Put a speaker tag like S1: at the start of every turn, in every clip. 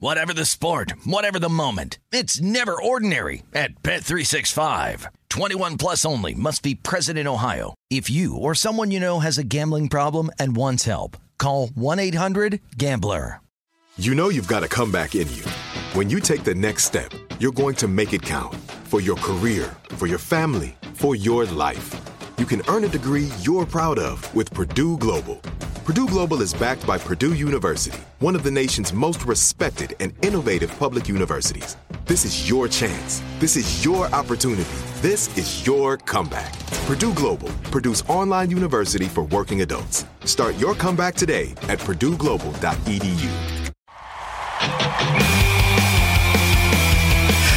S1: Whatever the sport, whatever the moment, it's never ordinary at Bet365. 21 plus only must be present in Ohio. If you or someone you know has a gambling problem and wants help, call 1-800-GAMBLER.
S2: You know you've got a comeback in you. When you take the next step, you're going to make it count for your career, for your family, for your life. You can earn a degree you're proud of with Purdue Global. Purdue Global is backed by Purdue University, one of the nation's most respected and innovative public universities. This is your chance. This is your opportunity. This is your comeback. Purdue Global, Purdue's online university for working adults. Start your comeback today at purdueglobal.edu.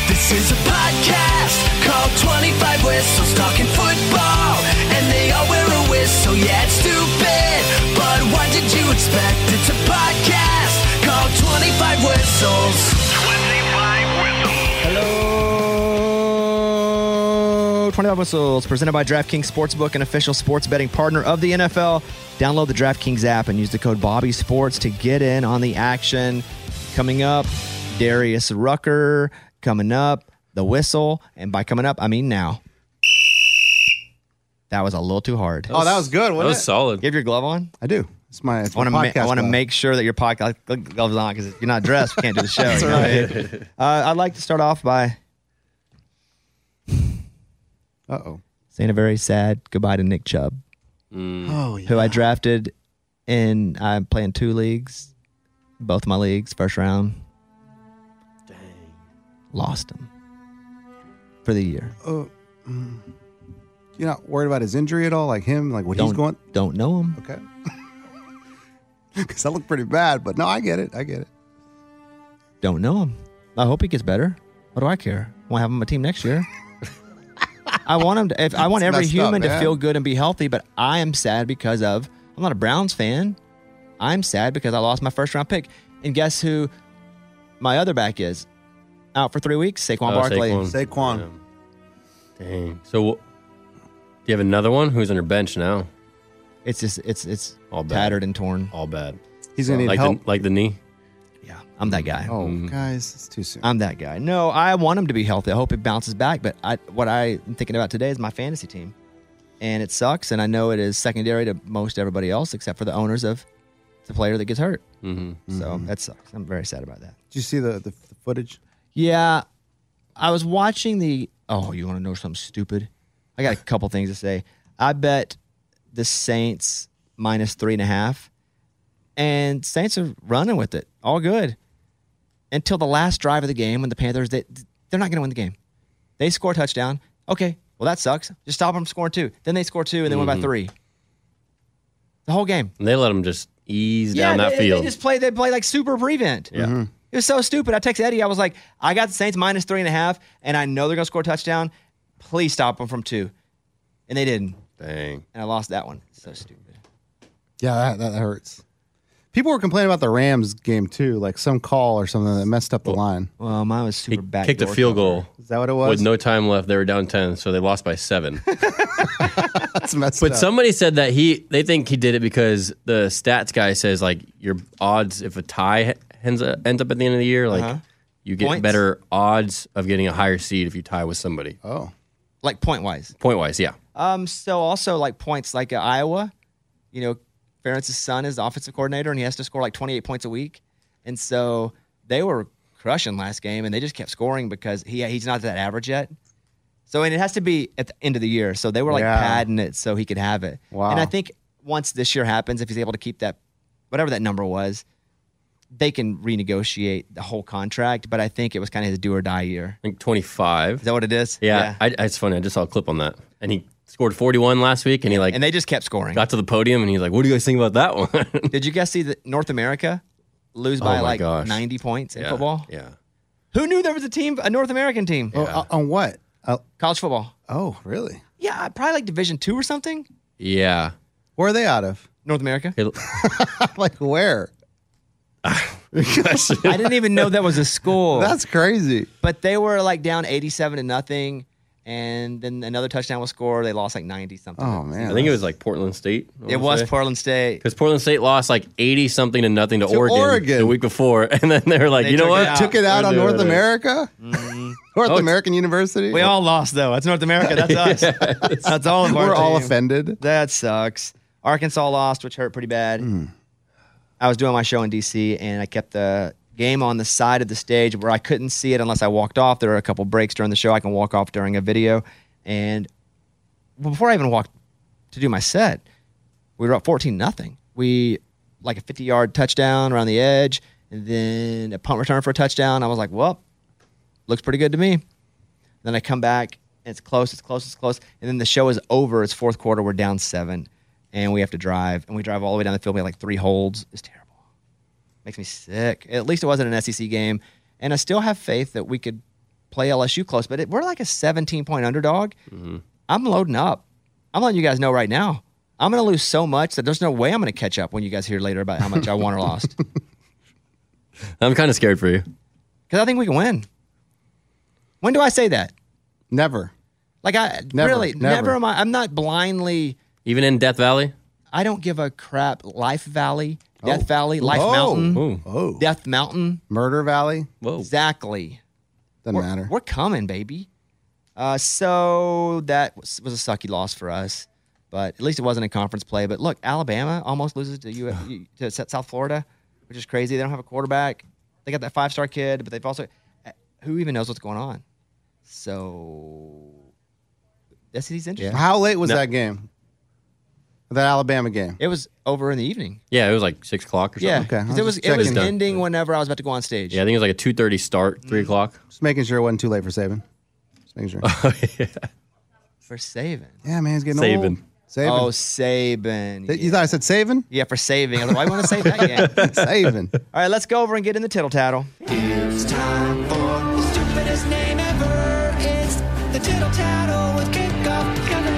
S3: This is a podcast called 25 Whistles Talking Football. And they all wear a whistle, yeah, it's stupid. But what did you expect? It's a podcast called 25 Whistles. 25 Whistles.
S4: Hello, 25 Whistles, presented by DraftKings Sportsbook, an official sports betting partner of the NFL. Download the DraftKings app and use the code Bobby Sports to get in on the action. Coming up, Darius Rucker. Coming up, the whistle. And by coming up, I mean now. That was a little too hard.
S5: Oh, that was good. Wasn't
S6: that was
S5: it?
S6: solid.
S4: You have your glove on?
S5: I do. It's my. It's
S4: I want to
S5: my
S4: ma-
S5: podcast
S4: I want to
S5: glove.
S4: make sure that your podcast gloves on because if you're not dressed, we can't do the show. That's right. Uh, I'd like to start off by
S5: Uh-oh.
S4: saying a very sad goodbye to Nick Chubb,
S5: Oh yeah.
S4: who I drafted in I'm playing two leagues, both my leagues, first round. Dang. Lost him for the year.
S5: Oh, You're not worried about his injury at all, like him, like what
S4: don't
S5: he's going.
S4: don't know him.
S5: Okay. Because that looked pretty bad, but no, I get it. I get it.
S4: Don't know him. I hope he gets better. What do I care? I want to have him on my team next year. I want him to. If, I want
S5: It's
S4: every
S5: messed
S4: human
S5: up,
S4: to
S5: man.
S4: feel good and be healthy, but I am sad because of. I'm not a Browns fan. I'm sad because I lost my first round pick. And guess who? My other back is out for three weeks. Saquon
S6: Oh,
S4: Barkley.
S6: Saquon.
S5: Saquon.
S6: Dang. So, wh- do you have another one? Who's on your bench now?
S4: It's just it's it's
S6: All bad.
S4: tattered and torn.
S6: All bad.
S5: He's gonna need
S6: like
S5: help.
S6: the like the knee.
S4: Yeah, I'm that guy.
S5: oh, guys, it's too soon.
S4: I'm that guy. No, I want him to be healthy. I hope it bounces back. But I, what I'm thinking about today is my fantasy team, and it sucks. And I know it is secondary to most everybody else, except for the owners of the player that gets hurt. Mm-hmm. So that sucks. I'm very sad about that.
S5: Did you see the, the, the footage?
S4: Yeah, I was watching the. Oh, you want to know something stupid? I got a couple things to say. I bet the Saints minus three and a half, and Saints are running with it. All good until the last drive of the game when the Panthers they they're not going to win the game. They score a touchdown. Okay, well that sucks. Just stop them from scoring two. Then they score two and they win by three. The whole game.
S6: And they let him just ease down that
S4: they, they
S6: field. Mm-hmm.
S4: just play. They play like super prevent. Yeah. It was so stupid. I text Eddie. I was like, I got the Saints minus three and a half, and I know they're gonna score a touchdown. Please stop them from two, and they didn't,
S6: Dang.
S4: and I lost that one. So stupid.
S5: Yeah, that, that hurts. People were complaining about the Rams game too, like some call or something that messed up the line.
S4: Well, mine was
S6: He
S4: super back.
S6: kicked a field goal
S5: Is that what it was?
S6: with no time left. They were down ten, so they lost by seven.
S5: That's messed
S6: but
S5: up.
S6: somebody said that he they think he did it because the stats guy says like your odds if a tie ends up, ends up at the end of the year like. You get
S4: Points?
S6: better odds of getting a higher seed if you tie with somebody.
S5: oh,
S4: like point wise.
S6: Point wise, yeah.
S4: Um, so also like points like uh, Iowa, you know, Ferentz's son is the offensive coordinator, and he has to score like 28 points a week, and so they were crushing last game, and they just kept scoring because he he's not that average yet. So and it has to be at the end of the year, so they were like
S5: Yeah.
S4: padding it so he could have it.
S5: Wow.
S4: And I think once this year happens, if he's able to keep that, whatever that number was, they can renegotiate the whole contract. But I think it was kind of his do or die year.
S6: I think 25.
S4: Is that what it is?
S6: Yeah, I, I- it's funny. I just saw a clip on that, and he scored 41 last week, and he like
S4: and they just kept scoring.
S6: got to the podium, and he's like, "What do you guys think about that one?"
S4: Did you guys see that North America lose by
S6: my
S4: like
S6: gosh.
S4: 90 points in
S6: yeah,
S4: football?
S6: Yeah,
S4: Who knew there was a team, a North American team?
S5: Well, Oh, on- on what? Uh,
S4: College football.
S5: Oh, really?
S4: Yeah, uh, probably like Division Two or something.
S6: Yeah.
S5: Where are they out of?
S4: North America.
S6: It-
S5: like where?
S4: I didn't even know that was a school.
S5: That's crazy.
S4: but they were like down 87 to nothing, and then another touchdown was scored. They lost like 90 something.
S5: Oh man,
S6: I think it was like Portland State.
S4: it was Portland State.
S6: Because Portland State lost like 80 something to nothing to,
S5: To
S6: Oregon,
S5: Oregon.
S6: the week before. And then they were like,
S4: They
S6: you know
S4: took it
S6: what?
S4: out.
S5: took it out
S6: We're
S5: on
S6: doing
S5: North
S6: it.
S5: America, North
S6: it's-
S5: American University.
S4: We all lost though. That's North America. That's us. That's all of our
S5: we're all
S4: team.
S5: offended.
S4: That sucks. Arkansas lost, which hurt pretty bad. I was doing my show in DC and I kept the game on the side of the stage where I couldn't see it unless I walked off. There were a couple breaks during the show. I can walk off during a video. And before I even walked to do my set, we were up 14 nothing. We like a 50 yard touchdown around the edge and then a punt return for a touchdown. I was like, well, looks pretty good to me. Then I come back, and it's close, it's close, it's close. And then the show is over. It's fourth quarter. We're down seven, and we have to drive. And we drive all the way down the field. We have like three holds. It's terrible. Makes me sick. At least it wasn't an SEC game. And I still have faith that we could play LSU close, but it, we're like a 17 point underdog. I'm loading up. I'm letting you guys know right now. I'm going to lose so much that there's no way I'm going to catch up when you guys hear later about how much I won or lost.
S6: I'm kind of scared for you.
S4: Because I think we can win. When do I say that?
S5: Never.
S4: Like I
S5: Never,
S4: really never.
S5: never.
S4: am I. I'm not blindly.
S6: Even in Death Valley?
S4: I don't give a crap. Life Valley, Death Valley, Life
S5: Oh.
S4: Mountain,
S6: Ooh.
S5: Oh,
S4: Death Mountain.
S5: Murder Valley
S6: Whoa.
S4: Exactly.
S5: doesn't
S4: We're,
S5: Oh. matter.
S4: we're coming, baby. Uh, so that was, was a sucky loss for us, but at least it wasn't a conference play. But look, Alabama almost loses to U to S- South Florida, which is crazy. They don't have a quarterback. They got that five star kid, but they've also eh, who even knows what's going on. So that's he's interesting.
S5: How late was
S6: No.
S5: that game? That Alabama game.
S4: It was over in the evening.
S6: Yeah, it was like 6 o'clock or something.
S4: Yeah,
S5: Okay, I
S4: 'cause
S5: was
S4: it was
S5: just
S4: it was
S5: checking.
S4: ending whenever I was about to go on stage.
S6: Yeah, I think it was like a 2.30 start, 3 o'clock.
S5: Just making sure it wasn't too late for Saban. Just making sure.
S4: for saving.
S5: yeah, man, he's getting
S6: Saban.
S5: old. Saban.
S4: Oh, saving.
S5: Th- You thought I said Saban?
S4: yeah, for saving. I was like, why want to save that game? All
S5: Saban.
S4: right, let's go over and get in the tittle tattle.
S3: It's time for the stupidest name ever. It's the tittle tattle with kickoff gunner.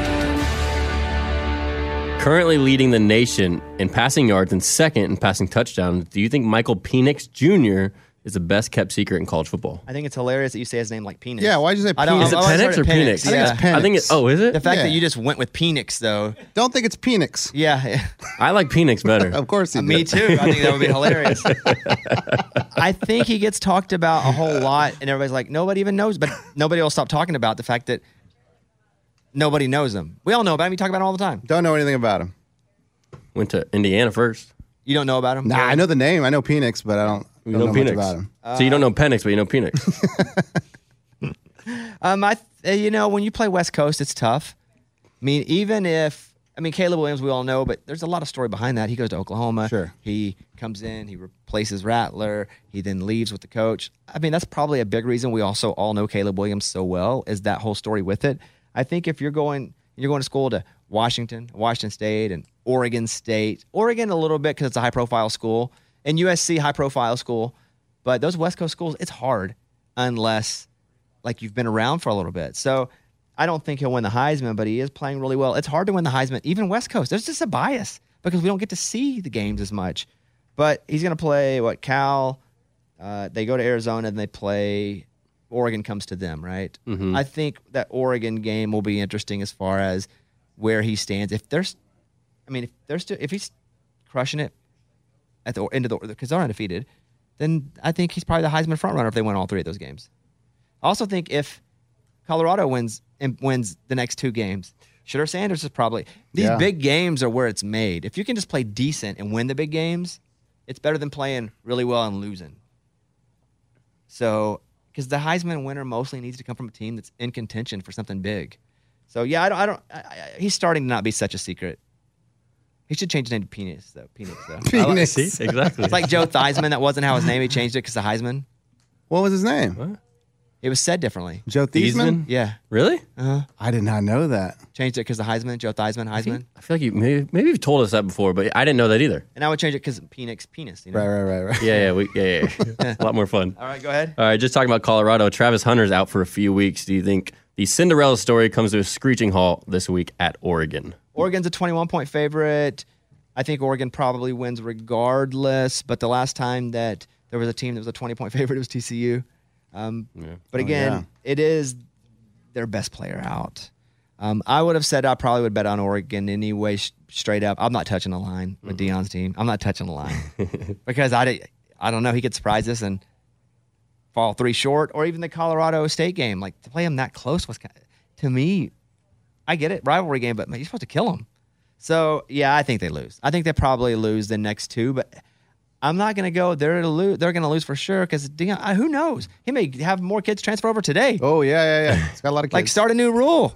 S6: Currently leading the nation in passing yards and second in passing touchdowns. Do you think Michael Penix Jr. is the best kept secret in college football?
S4: I think it's hilarious that you say his name like penis.
S5: Yeah, why'd you say
S4: I don't-
S5: Penix?
S6: Is it
S4: I've always
S6: Penix
S4: heard
S6: or
S4: it
S6: Penix?
S4: Penix. I think it's
S6: I think it,
S5: Penix.
S6: oh, is
S4: The
S6: it?
S4: fact that
S5: Yeah.
S4: you just went with Penix though.
S5: Don't think it's Penix.
S4: Yeah.
S6: I like Penix better.
S5: Of course he did.
S4: Me too. I think that would be hilarious. I think he gets talked about a whole lot, and everybody's like, nobody even knows, but nobody will stop talking about the fact that nobody knows him. We all know about him. You talk about him all the time.
S5: Don't know anything about him.
S6: Went to Indiana first.
S4: You don't know about him?
S5: Nah, I know the name. I know Penix, but I don't, I don't
S6: You know,
S5: know
S6: Penix.
S5: much about him.
S6: so you don't know Penix, but you know Penix.
S4: Um, I, th- uh, you know, when you play West Coast, it's tough. I mean, even if I mean Caleb Williams, we all know, but there's a lot of story behind that. He goes to Oklahoma.
S5: Sure.
S4: He comes in. He replaces Rattler. He then leaves with the coach. I mean, that's probably a big reason we also all know Caleb Williams so well is that whole story with it. I think if you're going, you're going to school to Washington, Washington State, and Oregon State. Oregon a little bit because it's a high profile school, and USC high profile school. But those West Coast schools, it's hard unless like you've been around for a little bit. So I don't think he'll win the Heisman, but he is playing really well. It's hard to win the Heisman, even West Coast. There's just a bias because we don't get to see the games as much. But he's going to play what Cal. Uh, they go to Arizona and they play. Oregon comes to them, right? I think that Oregon game will be interesting as far as where he stands. If there's, I mean, if there's still, if he's crushing it at the end of the because they're undefeated, then I think he's probably the Heisman front runner if they win all three of those games. I also think if Colorado wins and wins the next two games, Shooter Sanders is probably these
S5: Yeah.
S4: big games are where it's made. If you can just play decent and win the big games, it's better than playing really well and losing. So, because the Heisman winner mostly needs to come from a team that's in contention for something big. So yeah, I don't. I don't. I, I, he's starting to not be such a secret. He should change his name to Penis though. Penis though. I like-
S5: Penix.
S6: See? Exactly.
S4: it's like Joe Theismann. That wasn't how his name. He changed it because the Heisman.
S5: What was his name?
S4: It was said differently.
S5: Joe Theismann?
S6: Theismann?
S4: Yeah,
S6: really?
S5: I did not know that.
S4: changed it because the Heisman. Joe Theismann. Heisman.
S6: I feel like you maybe, maybe you've told us that before, but I didn't know that either.
S4: And I would change it because Penix. Penis. You know?
S5: Right, right, right, right.
S6: Yeah, yeah, we, yeah, yeah. yeah. a lot more fun.
S4: All right, go ahead.
S6: All right, just talking about Colorado. Travis Hunter's out for a few weeks. Do you think The Cinderella story comes to a screeching halt this week at Oregon.
S4: Oregon's a 21 point favorite. I think Oregon probably wins regardless. But the last time that there was a team that was a 20 point favorite, it was TCU. Um, But again, it is their best player out. Um, I would have said I probably would bet on Oregon anyway, sh- straight up. I'm not touching the line with Dion's team. I'm not touching the line because I, di- I don't know. He could surprise us and fall three short, or even the Colorado State game. Like to play him that close was kind to me. I get it, rivalry game, but man, you're supposed to kill him. So yeah, I think they lose. I think they probably lose the next two, but I'm not gonna go. They're to lose. They're gonna lose for sure because Dion. I- Who knows? He may have more kids transfer over today.
S5: Oh yeah, yeah, yeah. It's got a lot of kids.
S4: Like start a new rule.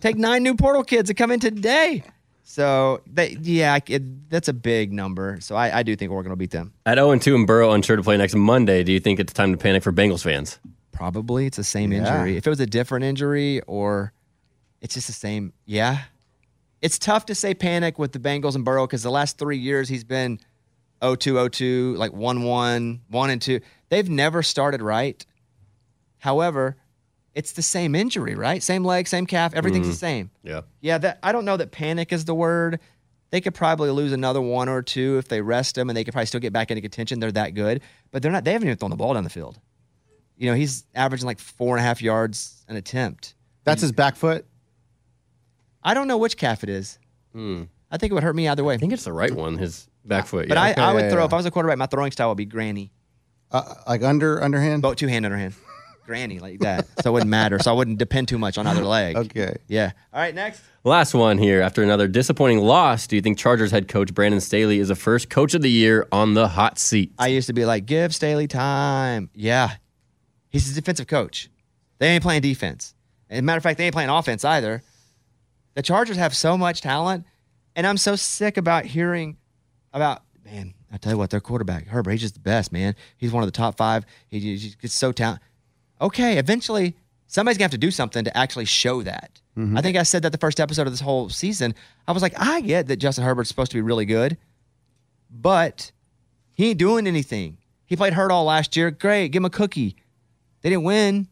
S4: Take nine new portal kids that come in today. So they, yeah, it, that's a big number. So I, I do think Oregon will beat them.
S6: At 0 2 and Burrow unsure to play next Monday, do you think it's time to panic for Bengals fans?
S4: Probably it's the same
S5: Yeah.
S4: injury. If it was a different injury or it's just the same, yeah. It's tough to say panic with the Bengals and Burrow because the last three years he's been 0-2, 0-2, like 1-1, 1 and 2. They've never started right. However, it's the same injury, right? Same leg, same calf, everything's the same.
S6: Yeah.
S4: Yeah, that I don't know that panic is the word. They could probably lose another one or two if they rest them, and they could probably still get back into contention. They're that good, but they're not. They haven't even thrown the ball down the field. You know, he's averaging like four and a half yards an attempt.
S5: That's his back foot.
S4: I don't know which calf it is. I think it would hurt me either way.
S6: I think it's the right one, his back foot.
S4: but
S6: yeah.
S4: I, I would
S5: Hmm. yeah,
S4: throw
S5: yeah.
S4: if I was a quarterback. My throwing style would be granny,
S5: Uh, like under underhand.
S4: both two hand underhand, granny like that. So it wouldn't matter. So I wouldn't depend too much on either leg.
S5: Okay.
S4: Yeah. All right. Next.
S6: Last one here. After another disappointing loss, do you think Chargers head coach Brandon Staley is the first coach of the year on the hot seat?
S4: I used to be like, give Staley time. Yeah. He's a defensive coach. They ain't playing defense. As a matter of fact, they ain't playing offense either. The Chargers have so much talent, and I'm so sick about hearing about, man, I tell you what, their quarterback, Herbert, he's just the best, man. He's one of the top five. He, he's just- he's so talented. Okay, eventually somebody's going to have to do something to actually show that. I think I said that the first episode of this whole season. I was like, I get that Justin Herbert's supposed to be really good, but – he ain't doing anything. He played hurt all last year. Great. Give him a cookie. They didn't win.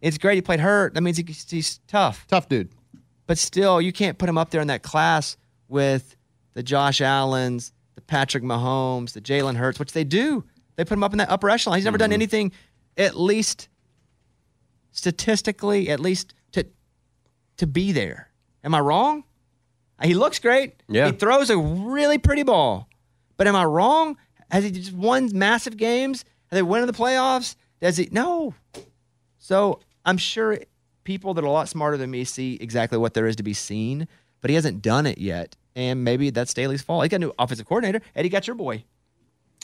S4: It's great. He played hurt. That means he, he's tough.
S5: Tough dude.
S4: But still, you can't put him up there in that class with the Josh Allens, the Patrick Mahomes, the Jalen Hurts, which they do. They put him up in that upper echelon. He's never done anything, at least statistically, at least to to be there. Am I wrong? He looks great.
S6: Yeah.
S4: He throws a really pretty ball. But am I wrong? Has he just won massive games? Has they won in the playoffs? Does he? No. So I'm sure people that are a lot smarter than me see exactly what there is to be seen, but he hasn't done it yet. And maybe that's Staley's fault. He got a new offensive coordinator. Eddie got your boy.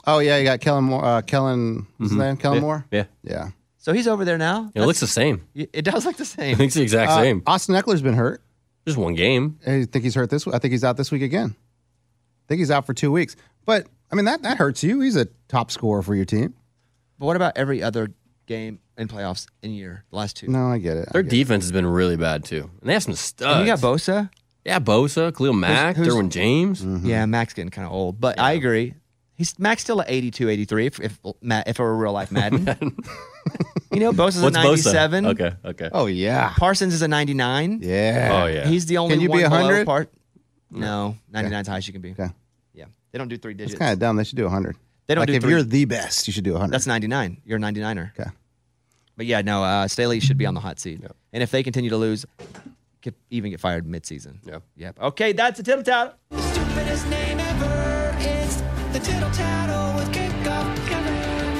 S5: Oh yeah, you got Kellen Moore. Uh, Kellen, what's his name? Kellen Moore.
S6: Yeah.
S5: Yeah.
S4: So he's over there now.
S6: It looks the same.
S4: That's- It does look the
S6: I
S4: same.
S6: think it's the exact
S5: Uh,
S6: same.
S5: Austin Eckler's been hurt.
S6: Just one game.
S5: I think he's hurt this. I think he's out this week again. I think he's out for two weeks. But I mean that that hurts you. He's a top scorer for your team.
S4: But what about every other game in playoffs in year, the last two?
S5: No, I get it. I
S6: Their
S5: get
S6: defense has been really bad too, and they have some studs.
S4: And you got Bosa.
S6: Yeah, Bosa, Khalil Mack,
S4: who's-
S6: Derwin James.
S5: Mm-hmm.
S4: Yeah, Mac's getting kind of old, but I agree. He's Mac's still at 82, 83 if if, Ma- if it were real life Madden. you know, Bosa's
S6: What's
S4: a 97.
S6: Bosa? Okay, okay.
S5: it. Oh yeah.
S4: Parsons is a 99.
S5: Yeah.
S6: Oh yeah.
S4: He's the only
S5: Can you
S4: one
S5: be
S4: below
S5: 100?
S4: Part. No, 99 is the highest you can be.
S5: Okay.
S4: Yeah. They don't do three digits.
S5: It's kind of dumb. They should do hundred.
S4: They don't
S5: like
S4: do
S5: if
S4: three-
S5: you're the best, you should do hundred.
S4: That's 99. You're a 99er.
S5: Okay.
S4: But yeah, no, uh, Staley should be on the hot seat. And if they continue to lose, could even get fired midseason.
S6: Yeah.
S4: Yep. Okay, that's the tittle tattle.
S3: Stupidest name ever. It's the Tittle Tattle with Kickoff Kevin.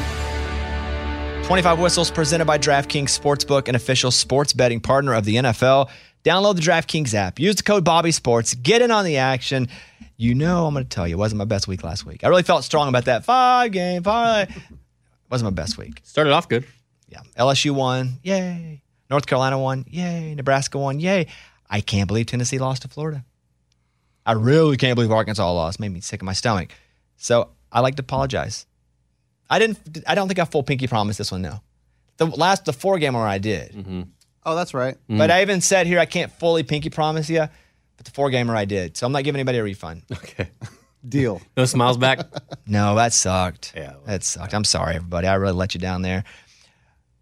S4: 25 Whistles presented by DraftKings Sportsbook, an official sports betting partner of the NFL. Download the DraftKings app. Use the code BobbySports. Get in on the action. You know, I'm going to tell you, it wasn't my best week last week. I really felt strong about that five game parlay. wasn't my best week.
S6: Started off good.
S4: Yeah. LSU won. Yay. North Carolina won. Yay. Nebraska won. Yay. I can't believe Tennessee lost to Florida. I really can't believe Arkansas lost. Made me sick in my stomach. So I like to apologize. I didn't. I don't think I full pinky promised this one. No, the last the four gamer I did,
S5: Oh, that's right.
S4: but I even said here I can't fully pinky promise you, but the four gamer I did. So I'm not giving anybody a refund.
S6: Okay.
S5: Deal.
S6: No smiles back.
S4: No, that sucked.
S6: Yeah, well,
S4: that sucked. I'm sorry, everybody. I really let you down there.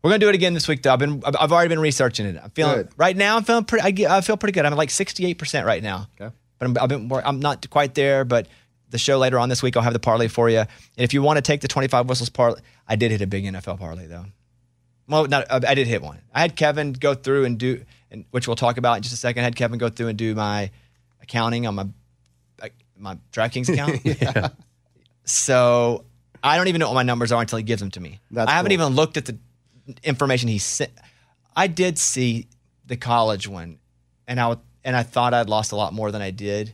S4: We're gonna do it again this week, though. I've been, I've I've already been researching it. I'm feeling
S5: Good.
S4: right now. I'm feeling pretty. I, get- I feel pretty good. I'm like 68 percent right now.
S5: Okay.
S4: but I'm, I've been, wor- I'm not quite there. But the show later on this week, I'll have the parlay for you. And if you want to take the 25 whistles parlay, I did hit a big NFL parlay though. Well, not I I did hit one. I had Kevin go through and do, and which we'll talk about in just a second. I had Kevin go through and do my accounting on my like, my DraftKings account. So I don't even know what my numbers are until he gives them to me.
S5: That's
S4: I haven't
S5: cool.
S4: even looked at the information he sent. I did see the college one, and I would- and I thought I'd lost a lot more than I did.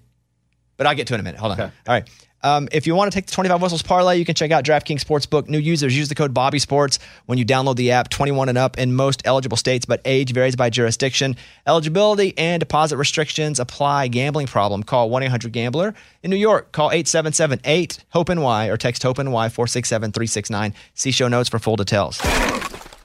S4: But I'll get to it in a minute. Hold on. All right. Um, if you want to take the 25 whistles parlay, you can check out DraftKings Sportsbook. New users use the code Bobby Sports when you download the app. 21 and up in most eligible states, but age varies by jurisdiction. Eligibility and deposit restrictions apply. Gambling problem? Call 1-800-GAMBLER. In New York, call 877-8-HOPE-NY E or text HOPE-NY 467-369. See show notes for full details.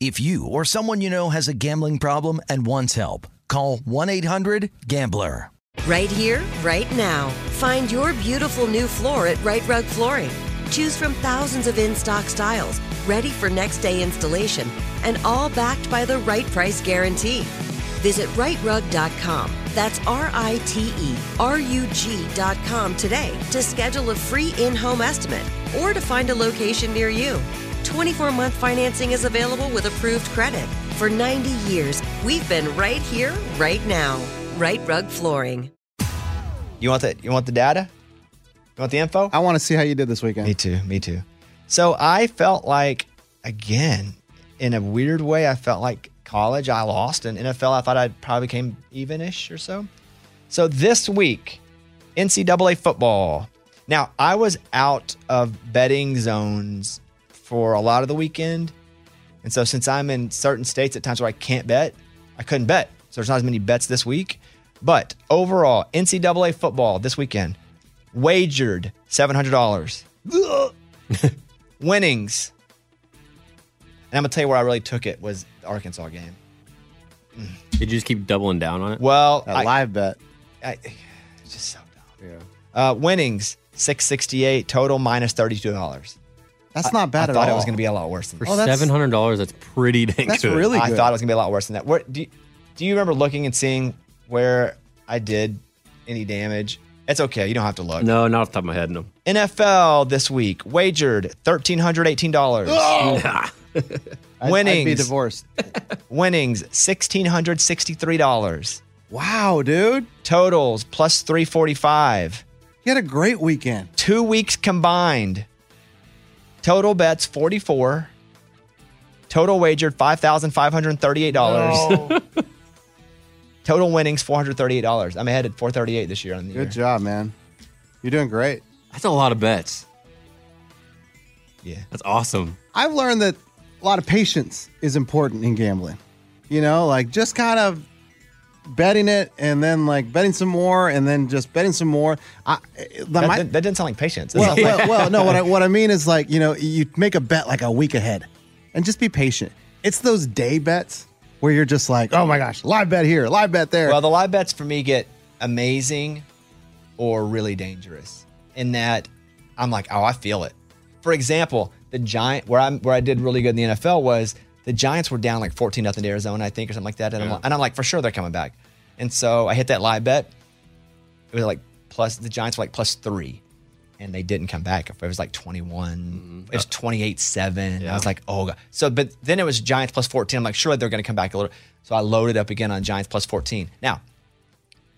S1: If you or someone you know has a gambling problem and wants help, call 1-800-GAMBLER.
S7: Right here, right now. Find your beautiful new floor at Right Rug Flooring. Choose from thousands of in stock styles, ready for next day installation, and all backed by the right price guarantee. Visit rightrug.com. That's R I T E R U G.com today to schedule a free in home estimate or to find a location near you. 24 month financing is available with approved credit. For 90 years, we've been right here, right now. Right Rug Flooring.
S4: You want the you want the data? You want the info?
S5: I want to see how you did this
S4: Me
S5: weekend.
S4: too. Me too. So I felt like again, in a weird way, I felt like college I lost, and NFL I thought I probably came even-ish or so. So this week, NCAA football. Now I was out of betting zones for a lot of the weekend, and so since I'm in certain states at times where I can't bet, I couldn't bet. So there's not as many bets this week. But overall, NCAA football this weekend wagered seven hundred dollars. Winnings. And I'm gonna tell you where I really took it was the Arkansas game.
S6: Did you just keep doubling down on it?
S4: Well,
S5: That
S4: I-
S5: live bet.
S4: I, it's just so dumb. Yeah. Uh, winnings six sixty eight total minus thirty two dollars.
S5: That's not bad
S4: I
S5: at
S4: thought
S5: all.
S4: it was gonna be a lot worse than that.
S5: Oh, that's-
S6: Seven hundred dollars. That's pretty dang
S5: That's
S6: good.
S5: really
S4: I
S5: good.
S4: thought it was gonna be a lot worse than that. Where do you, do you remember looking and seeing where I did any damage? It's okay. You don't have to look.
S6: no, not off the top of my head. No.
S4: NFL this week wagered thirteen hundred eighteen dollars.
S6: Nah.
S5: Oh! I'd- I'd be
S4: winnings.
S5: divorced.
S4: Winnings sixteen hundred sixty three dollars.
S5: wow, dude.
S4: totals plus 345
S5: You had a great weekend.
S4: two weeks combined total bets 44 total wagered $5538 total winnings $438 i'm ahead at 438 this year on the
S5: Good
S4: year.
S5: job, man. You're doing great.
S6: That's a lot of bets.
S4: Yeah.
S6: That's awesome.
S5: I've learned that a lot of patience is important in gambling. You know, like just kind of betting it and then like betting some more and then just betting some more. I, the,
S4: that,
S5: my,
S4: that, that didn't sound like patience
S5: well, well, well, no, what I, what I mean is like, you know, you make a bet like a week ahead and just be patient. It's those day bets where you're just like, oh my gosh, live bet here, live bet there.
S4: Well, the live bets for me get amazing or really dangerous in that I'm like, oh, I feel it. For example, the giant where I'm where I did really good in the NFL was the Giants were down like 14 nothing to Arizona, I think, or something like that. And, I'm, like, and I'm like, for sure they're coming back. And so I hit that live bet. It was like plus the Giants were like plus three. And they didn't come back. It was like 21,
S6: Mm-hmm.
S4: it was 28 7. I was like, oh, God. So, but then it was Giants plus 14. I'm like, sure, they're going to come back a little. So I loaded up again on Giants plus 14. Now,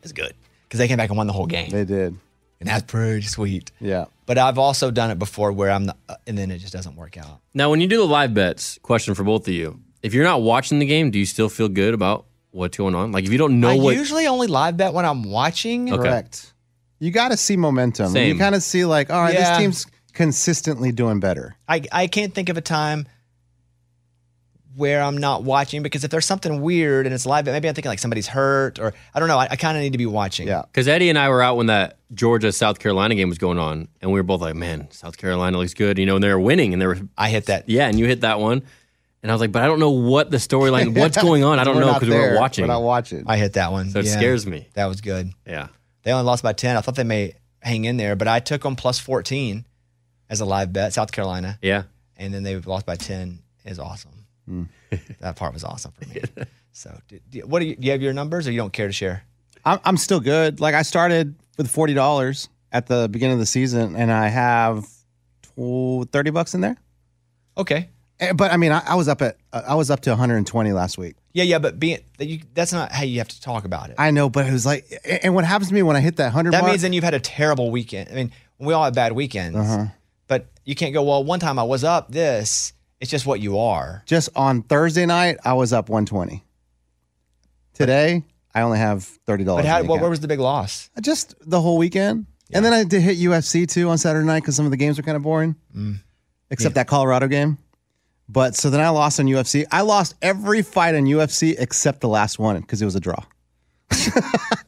S4: it's good. because they came back and won the whole game,
S5: They did.
S4: and that's pretty sweet.
S5: Yeah.
S4: But I've also done it before where I'm, the, and then it just doesn't work out.
S6: Now, when you do the live bets, question for both of you: If you're not watching the game, do you still feel good about what's going on? Like if you don't know
S4: I
S6: what,
S4: usually only live bet when I'm watching.
S6: Okay.
S5: Correct. You got to see momentum.
S6: Same.
S5: You kind of see like, all right,
S4: Yeah.
S5: this team's consistently doing better.
S4: I, I can't think of a time where I'm not watching because if there's something weird and it's live, maybe I'm thinking like somebody's hurt or I don't know. I, I kind of need to be watching.
S5: Yeah.
S6: because Eddie and I were out when that Georgia South Carolina game was going on, and we were both like, "Man, South Carolina looks good," you know, and they were winning, and they were
S4: I hit that.
S6: yeah, and you hit that one, and I was like, "But I don't know what the storyline, what's going on? I don't
S5: We're
S6: know
S5: not
S6: because we were
S5: there.
S6: watching."
S5: We're not watching.
S4: I hit that one.
S6: so it
S4: Yeah.
S6: scares me.
S4: That was good.
S6: Yeah.
S4: They only lost by 10. I thought they may hang in there, but I took them plus 14 as a live bet, South Carolina,
S6: Yeah.
S4: and then they lost by 10. Is awesome. that part was awesome for me. so, do, do- what do you, do you have your numbers or you don't care to share?
S5: I'm, I'm still good. Like I started with forty dollars at the beginning of the season, and I have tw- thirty bucks in there.
S4: Okay.
S5: Eh, But I mean, I, I was up at uh, I was up to 120 last week.
S4: Yeah, yeah, but being that you, that's not how you have to talk about it.
S5: I know, but it was like, a- and what happens to me when I hit that 100?
S4: That
S5: mark,
S4: means then you've had a terrible weekend. I mean, we all have bad weekends, but you can't go, well, one time I was up this. It's just what you are.
S5: just on Thursday night I was up 120. Today I only have thirty dollars.
S4: But how, what, where was the big loss?
S5: Uh, just the whole weekend. And then I did hit UFC too on Saturday night because some of the games were kind of boring,
S4: Mm.
S5: except that Colorado game. But so then I lost on UFC. I lost every fight on UFC except the last one because it was a draw.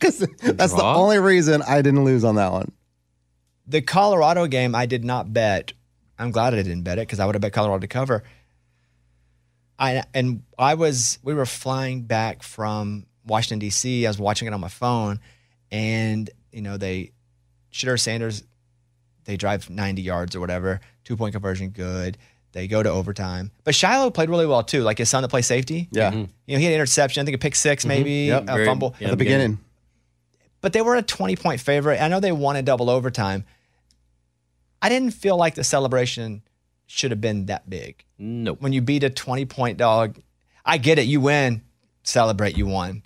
S5: 'Cause that's the
S6: draw?
S5: only reason I didn't lose on that one.
S4: The Colorado game, I did not bet. I'm glad I didn't bet it because I would have bet Colorado to cover. I and I was we were flying back from Washington D.C. I was watching it on my phone, and you know they, Shadur Sanders, they drive 90 yards or whatever, two point conversion, good. They go to overtime, but Shiloh played really well too. Like his son that plays safety,
S5: Yeah, Mm-hmm.
S4: you know he had an interception, I think a pick six, maybe
S5: Yep.
S4: a
S6: Very-
S4: fumble
S6: yeah,
S5: at the beginning.
S4: but they were a 20 point favorite. I know they won in double overtime. I didn't feel like the celebration should have been that big.
S6: Nope.
S4: When you beat a 20 point dog, I get it. You win, celebrate, you won.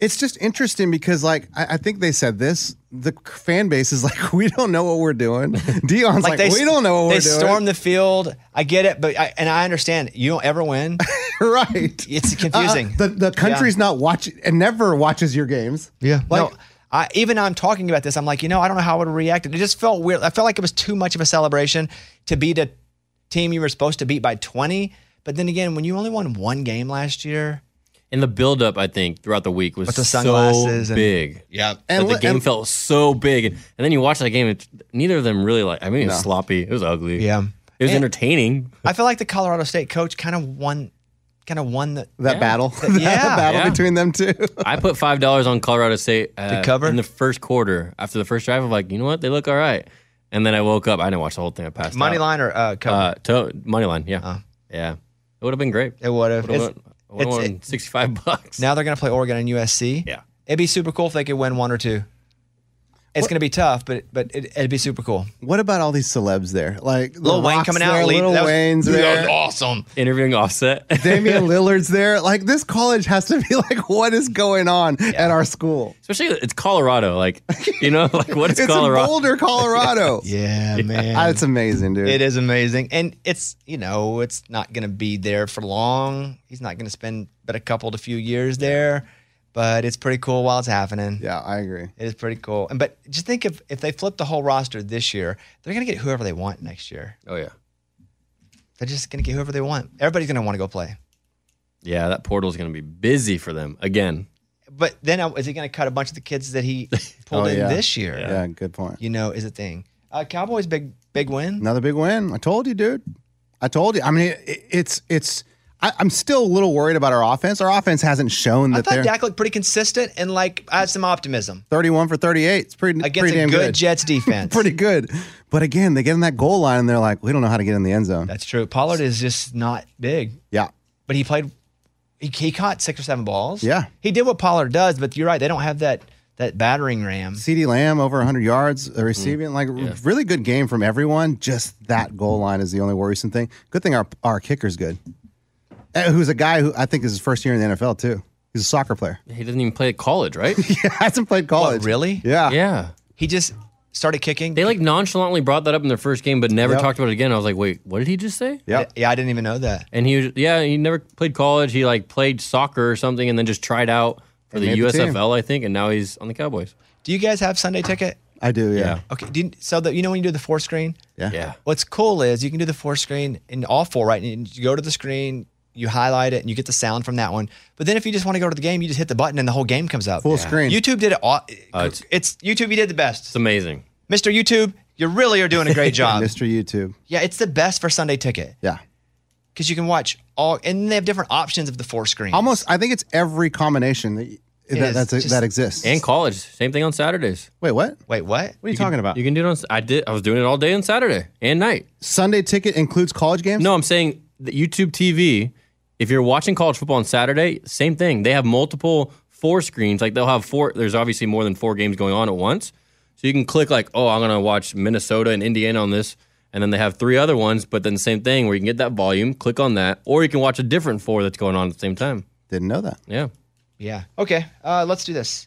S5: It's just interesting because, like, I, I think they said this. The c- fan base is like, we don't know what we're doing. Dion's like,
S4: they,
S5: we don't know what
S4: they
S5: we're doing.
S4: stormed the field. I get it, but I, and I understand you don't ever win.
S5: right.
S4: It's
S5: Uh,
S4: confusing.
S5: the the country's not watching and never watches your games.
S4: Yeah.
S5: Like-
S4: no, I, even I'm talking about this, I'm like, you know, I don't know how I would have reacted. It just felt weird. I felt like it was too much of a celebration to beat a team you were supposed to beat by 20. But then again, when you only won one game last year,
S6: And the buildup, I think, throughout the week was
S4: With the
S6: so
S4: sunglasses and-
S6: big.
S4: yeah,
S6: And
S5: And
S6: the
S5: li-
S6: game
S5: and-
S6: felt so big, and, and then you watch that game. It's, neither of them really like. I mean, it was
S5: No.
S6: sloppy. It was ugly.
S4: yeah,
S6: it was entertaining.
S4: I feel like the Colorado State coach kind of won, kind of won the
S5: That battle, that
S4: yeah.
S5: battle
S6: Yeah.
S5: between them two.
S6: I put five dollars on Colorado State uh,
S4: cover?
S6: in the first quarter. After the first drive, I'm like, you know what? They look all right. And then I woke up. I didn't watch the whole thing. I passed
S4: money
S6: out.
S4: line or uh, cover.
S6: Uh, to, money line. Yeah,
S4: Uh.
S6: yeah. It would have been great.
S4: it would have.
S6: Would have
S4: It's-
S6: won,
S4: it's-
S6: won sixty five bucks.
S4: Now they're going to play Oregon and USC.
S6: Yeah.
S4: it'd be super cool if they could win one or two. It's going to be tough, but but it, it'd be super cool.
S5: what about all these celebs there? Like
S4: Lil
S5: The
S4: Wayne
S5: Rock's
S4: coming
S5: there,
S4: out, lead-
S5: Lil
S4: that was-
S5: Wayne's there.
S4: awesome.
S6: Interviewing Offset.
S5: Damian Lillard's there. Like this college has to be like, what is going on at our school?
S6: Especially it's Colorado. Like you know, like what is
S5: it's in
S6: Colorado?
S5: Boulder, Colorado.
S4: Yeah, man.
S5: Ah, it's amazing, dude.
S4: It is amazing. And it's, you know, it's not going to be there for long. He's not going to spend but a couple to few years there, but it's pretty cool while it's happening.
S5: Yeah, I agree.
S4: It is pretty cool. And but just think if if they flip the whole roster this year, they're going to get whoever they want next year.
S6: Oh yeah,
S4: They're just going to get whoever they want. Everybody's going to want to go play.
S6: yeah. That portal's gonna be busy for them again.
S4: But then uh, is he going to cut a bunch of the kids that he pulled
S5: Oh,
S4: in
S5: yeah.
S4: this year?
S5: Yeah, good point.
S4: You know, is a thing. Uh, Cowboys big big win.
S5: Another big win. I told you, dude. I told you. I mean, it, it's it's. I, I'm still a little worried about our offense. Our offense hasn't shown
S4: I
S5: that
S4: thought
S5: they're
S4: Dak looked pretty consistent and like I had some optimism
S5: 31 for 38. It's pretty
S4: against
S5: pretty
S4: a
S5: damn
S4: good,
S5: good.
S4: Jets defense.
S5: pretty good. But again, they get in that goal line and they're like, we don't know how to get in the end zone.
S4: That's true. Pollard is just not big,
S5: Yeah.
S4: but he played. He, he caught six or seven balls.
S5: Yeah.
S4: he did what Pollard does. But you're right; they don't have that that battering ram.
S5: CD Lamb over 100 yards
S4: Mm.
S5: uh, receiving. Like, really good game from everyone. Just that goal line is the only worrisome thing. Good thing our, our kicker's good. Eh, Who's a guy who I think is his first year in the NFL, too. He's a soccer player.
S6: He doesn't even play at college, right?
S5: He hasn't played college.
S8: really?
S5: Yeah.
S6: yeah.
S4: He just started kicking.
S6: They like nonchalantly brought that up in their first game, but never
S5: Yep.
S6: talked about it again. I was like, wait, what did he just say?
S5: Yep.
S8: Yeah, I didn't even know that.
S6: And he was, yeah, he never played college. He like played soccer or something and then just tried out for the
S5: made the team.
S6: USFL, I think. And now he's on the Cowboys.
S4: Do you guys have Sunday ticket?
S5: I do. Yeah.
S4: Okay. Do you, so that you know when you do the four screen.
S5: Yeah.
S4: What's cool is you can do the four screen in all four, right? And you go to the screen, you highlight it, and you get the sound from that one. But then if you just want to go to the game, you just hit the button and the whole game comes up.
S5: Full screen. Uh,
S4: YouTube did it all. it's,
S6: it's-
S4: YouTube. You did
S6: It's
S4: the best,
S6: amazing.
S4: Mr. YouTube. You really are doing a great job.
S5: Mr. YouTube.
S4: yeah, it's the best for Sunday Ticket
S5: Yeah.
S4: because you can watch all, and they have different options of the four screen.
S5: Almost. I think it's every combination that that,
S4: is
S5: that's,
S4: just-
S5: that exists.
S6: And college, same thing on Saturdays.
S5: Wait, what?
S4: Wait, what?
S5: What are you, talking about?
S6: You can do it on. I did. I was doing it all day on Saturday and night.
S5: Sunday ticket includes college games.
S6: No, I'm saying the YouTube TV. If you're watching college football on Saturday, same thing. They have multiple four screens. Like they'll have four. There's obviously more than four games going on at once, so you can click like, oh, I'm gonna watch Minnesota and Indiana on this, and then they have three other ones. But then same thing where you can get that volume, click on that, or you can watch a different four that's going on at the same time.
S5: Didn't know that.
S6: Yeah.
S4: Yeah. Okay. Uh, let's do this.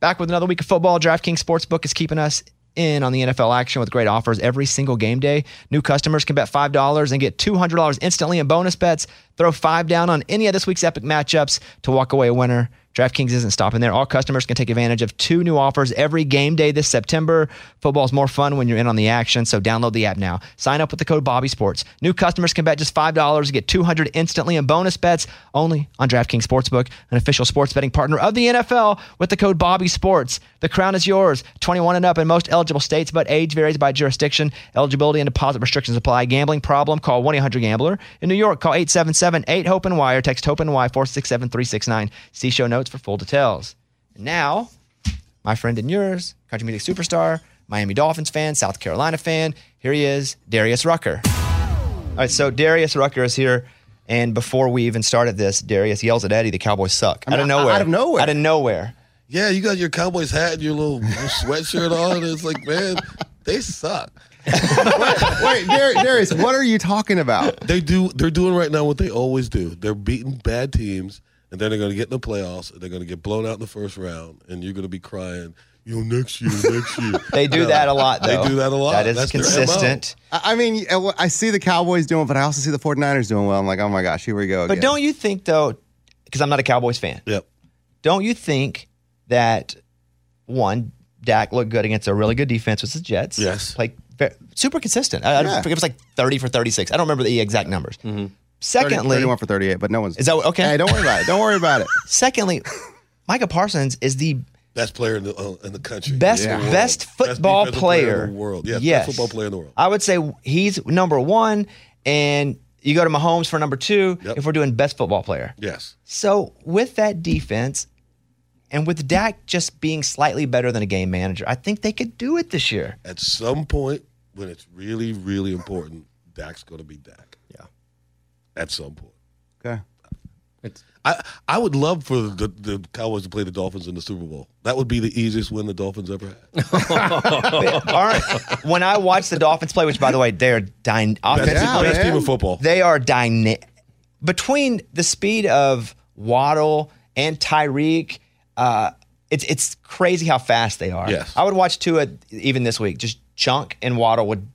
S4: Back with another week of football. DraftKings Sportsbook is keeping us in on the NFL action with great offers every single game day. New customers can bet $5 and get $200 instantly in bonus bets. Throw 5 down on any of this week's epic matchups to walk away a winner. DraftKings isn't stopping there. All customers can take advantage of two new offers every game day this September. Football's more fun when you're in on the action, so download the app now. Sign up with the code Bobby Sports. New customers can bet just $5 and get 200 instantly in bonus bets only on DraftKings Sportsbook, an official sports betting partner of the NFL with the code Bobby Sports. The crown is yours. 21 and up in most eligible states, but age varies by jurisdiction. Eligibility and deposit restrictions apply. Gambling problem? Call 1-800-GAMBLER. In New York, call 877-8-HOPE-NY or text HOPE-NY 467-369. See show notes for full details. And now, my friend and yours, country music superstar, Miami Dolphins fan, South Carolina fan. Here he is, Darius Rucker. All right, so Darius Rucker is here. And before we even started this, Darius yells at Eddie, the Cowboys suck. out of
S5: out-
S4: nowhere.
S5: out of nowhere.
S4: Out of nowhere.
S9: Yeah, you got your Cowboys hat and your little sweatshirt on. And it's like, man, they suck.
S5: Wait, Dar- Darius, what are you talking about?
S9: They do. They're doing right now what they always do. They're beating bad teams, and then they're going to get in the playoffs, and they're going to get blown out in the first round, and you're going to be crying, you know, next year, next year.
S4: They do
S9: No,
S4: that a lot, though.
S9: They do that a lot.
S4: That is
S9: That's their MO.
S4: consistent.
S5: I I mean, I I see the Cowboys doing, but I also see the 49ers doing well. I'm like, oh my gosh, here we go.
S4: But don't you think, though, because I'm not a Cowboys fan,
S9: Yep.
S4: don't you think that, one, Dak looked good against a really good defense with the Jets?
S9: Yes.
S4: Like, ve- super consistent. I, I
S5: Yeah.
S4: forget, it was like 30 for 36. I don't remember the exact numbers.
S9: Mm-hmm.
S4: Secondly,
S5: 31 for 38, but no one's.
S4: Is that what- okay.
S5: Hey, don't worry about it. Don't worry about it.
S4: Secondly, Micah Parsons is the
S9: Best player in the uh, in the country.
S4: best
S9: In the world.
S4: best football
S9: defensive
S4: player.
S9: in the world. Yeah,
S4: yes.
S9: best football player in the world.
S4: I would say he's number one, and you go to Mahomes for number two.
S9: Yep.
S4: If we're doing best football player,
S9: yes.
S4: so with that defense, and with Dak just being slightly better than a game manager, I think they could do it this year.
S9: At some point, when it's really really important, Dak's going to be Dak. Yeah. At some point.
S5: Okay.
S9: I, I would love for the, the Cowboys to play the Dolphins in the Super Bowl. That would be the easiest win the Dolphins ever had.
S4: All right. when I watch the Dolphins play, which by the way they are dying
S9: Best,
S4: offensive.
S5: Yeah,
S9: best
S5: man.
S9: team in football.
S4: They are dynamic. Between the speed of Waddle and Tyreek, uh, it's it's crazy how fast they are.
S9: Yes.
S4: I would watch Tua even this week. Just Chunk and Waddle would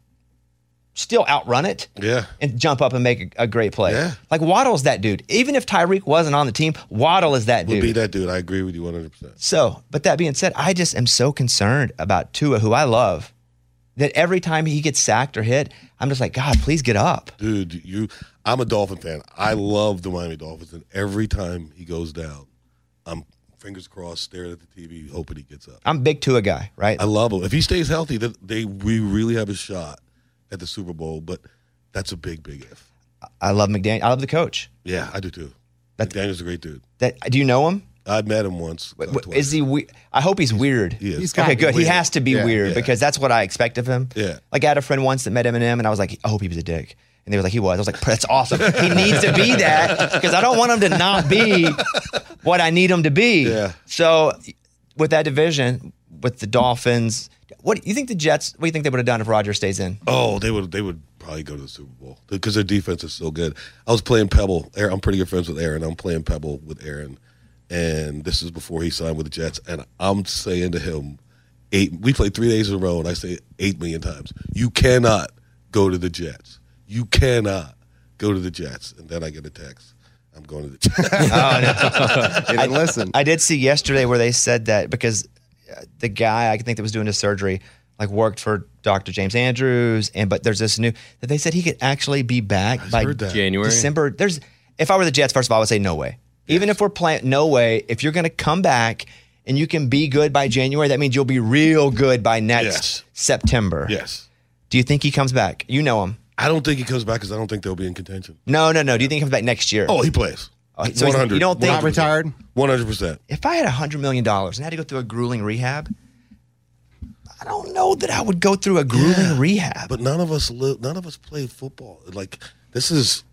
S4: still outrun it.
S9: Yeah.
S4: And jump up and make a, a great play.
S9: Yeah.
S4: Like Waddle's that dude. Even if Tyreek wasn't on the team, Waddle is that
S9: would
S4: dude.
S9: be that dude. I agree with you 100%.
S4: So, but that being said, I just am so concerned about Tua, who I love, that every time he gets sacked or hit, I'm just like, God, please get up.
S9: Dude, you I'm a Dolphin fan. I love the Miami Dolphins and every time he goes down, I'm fingers crossed staring at the TV hoping he gets up.
S4: I'm a big Tua guy, right?
S9: I love him. If he stays healthy, then they we really have a shot at the Super Bowl, but that's a big big if.
S4: I love McDaniel. I love the coach.
S9: Yeah, I do too.
S4: That's-
S9: Daniel's a great dude.
S4: That do you know him?
S9: I met him once.
S4: Wait,
S9: uh,
S4: wait,
S9: twice.
S4: Is he? We- I hope he's weird.
S9: He is. He's
S4: okay,
S9: gotta be
S4: good. He
S9: weird.
S4: has to be
S5: Yeah.
S4: weird
S9: Yeah.
S4: because that's what I expect of him.
S9: Yeah.
S4: Like I had a friend once that met Eminem, and I was like, I hope he was a dick. And they was like, he was. I was like, that's awesome. he needs to be that because I don't want him to not be what I need him to be.
S9: Yeah.
S4: So, with that division, with the Dolphins, what you think the Jets? What do you think they would have done if Roger stays in?
S9: Oh, they would they would probably go to the Super Bowl because their defense is so good. I was playing Pebble. Aaron- I'm pretty good friends with Aaron. I'm playing Pebble with Aaron, and this is before he signed with the Jets. And I'm saying to him, eight. We played three days in a row, and I say eight million times, you cannot go to the Jets. You cannot go to the Jets. And then I get a text. I'm going to the Jets.
S4: Oh, no.
S9: They didn't listen.
S4: I did see yesterday where they said that because uh, the guy I think that was doing his surgery like worked for Dr. James Andrews, and but there's this new that they said he could actually be back by
S6: heard that. January.
S4: December. There's if I were the Jets, first of all, I would say no way. Even if we're playing, no way. If you're going to come back and you can be good by January, that means you'll be real good by next
S9: Yes.
S4: September.
S9: Yes.
S4: Do you think he comes back? You know him.
S9: I don't think he comes back because I don't think they'll be in contention.
S4: No, no, no. Do you think he comes back next year?
S9: Oh, he plays.
S4: Oh, so he's- you don't think- Not retired?
S9: One hundred percent.
S4: if I had $100 million and had to go through a grueling rehab, I don't know that I would go through a grueling rehab.
S9: But none of us live. None of us play football. Like this is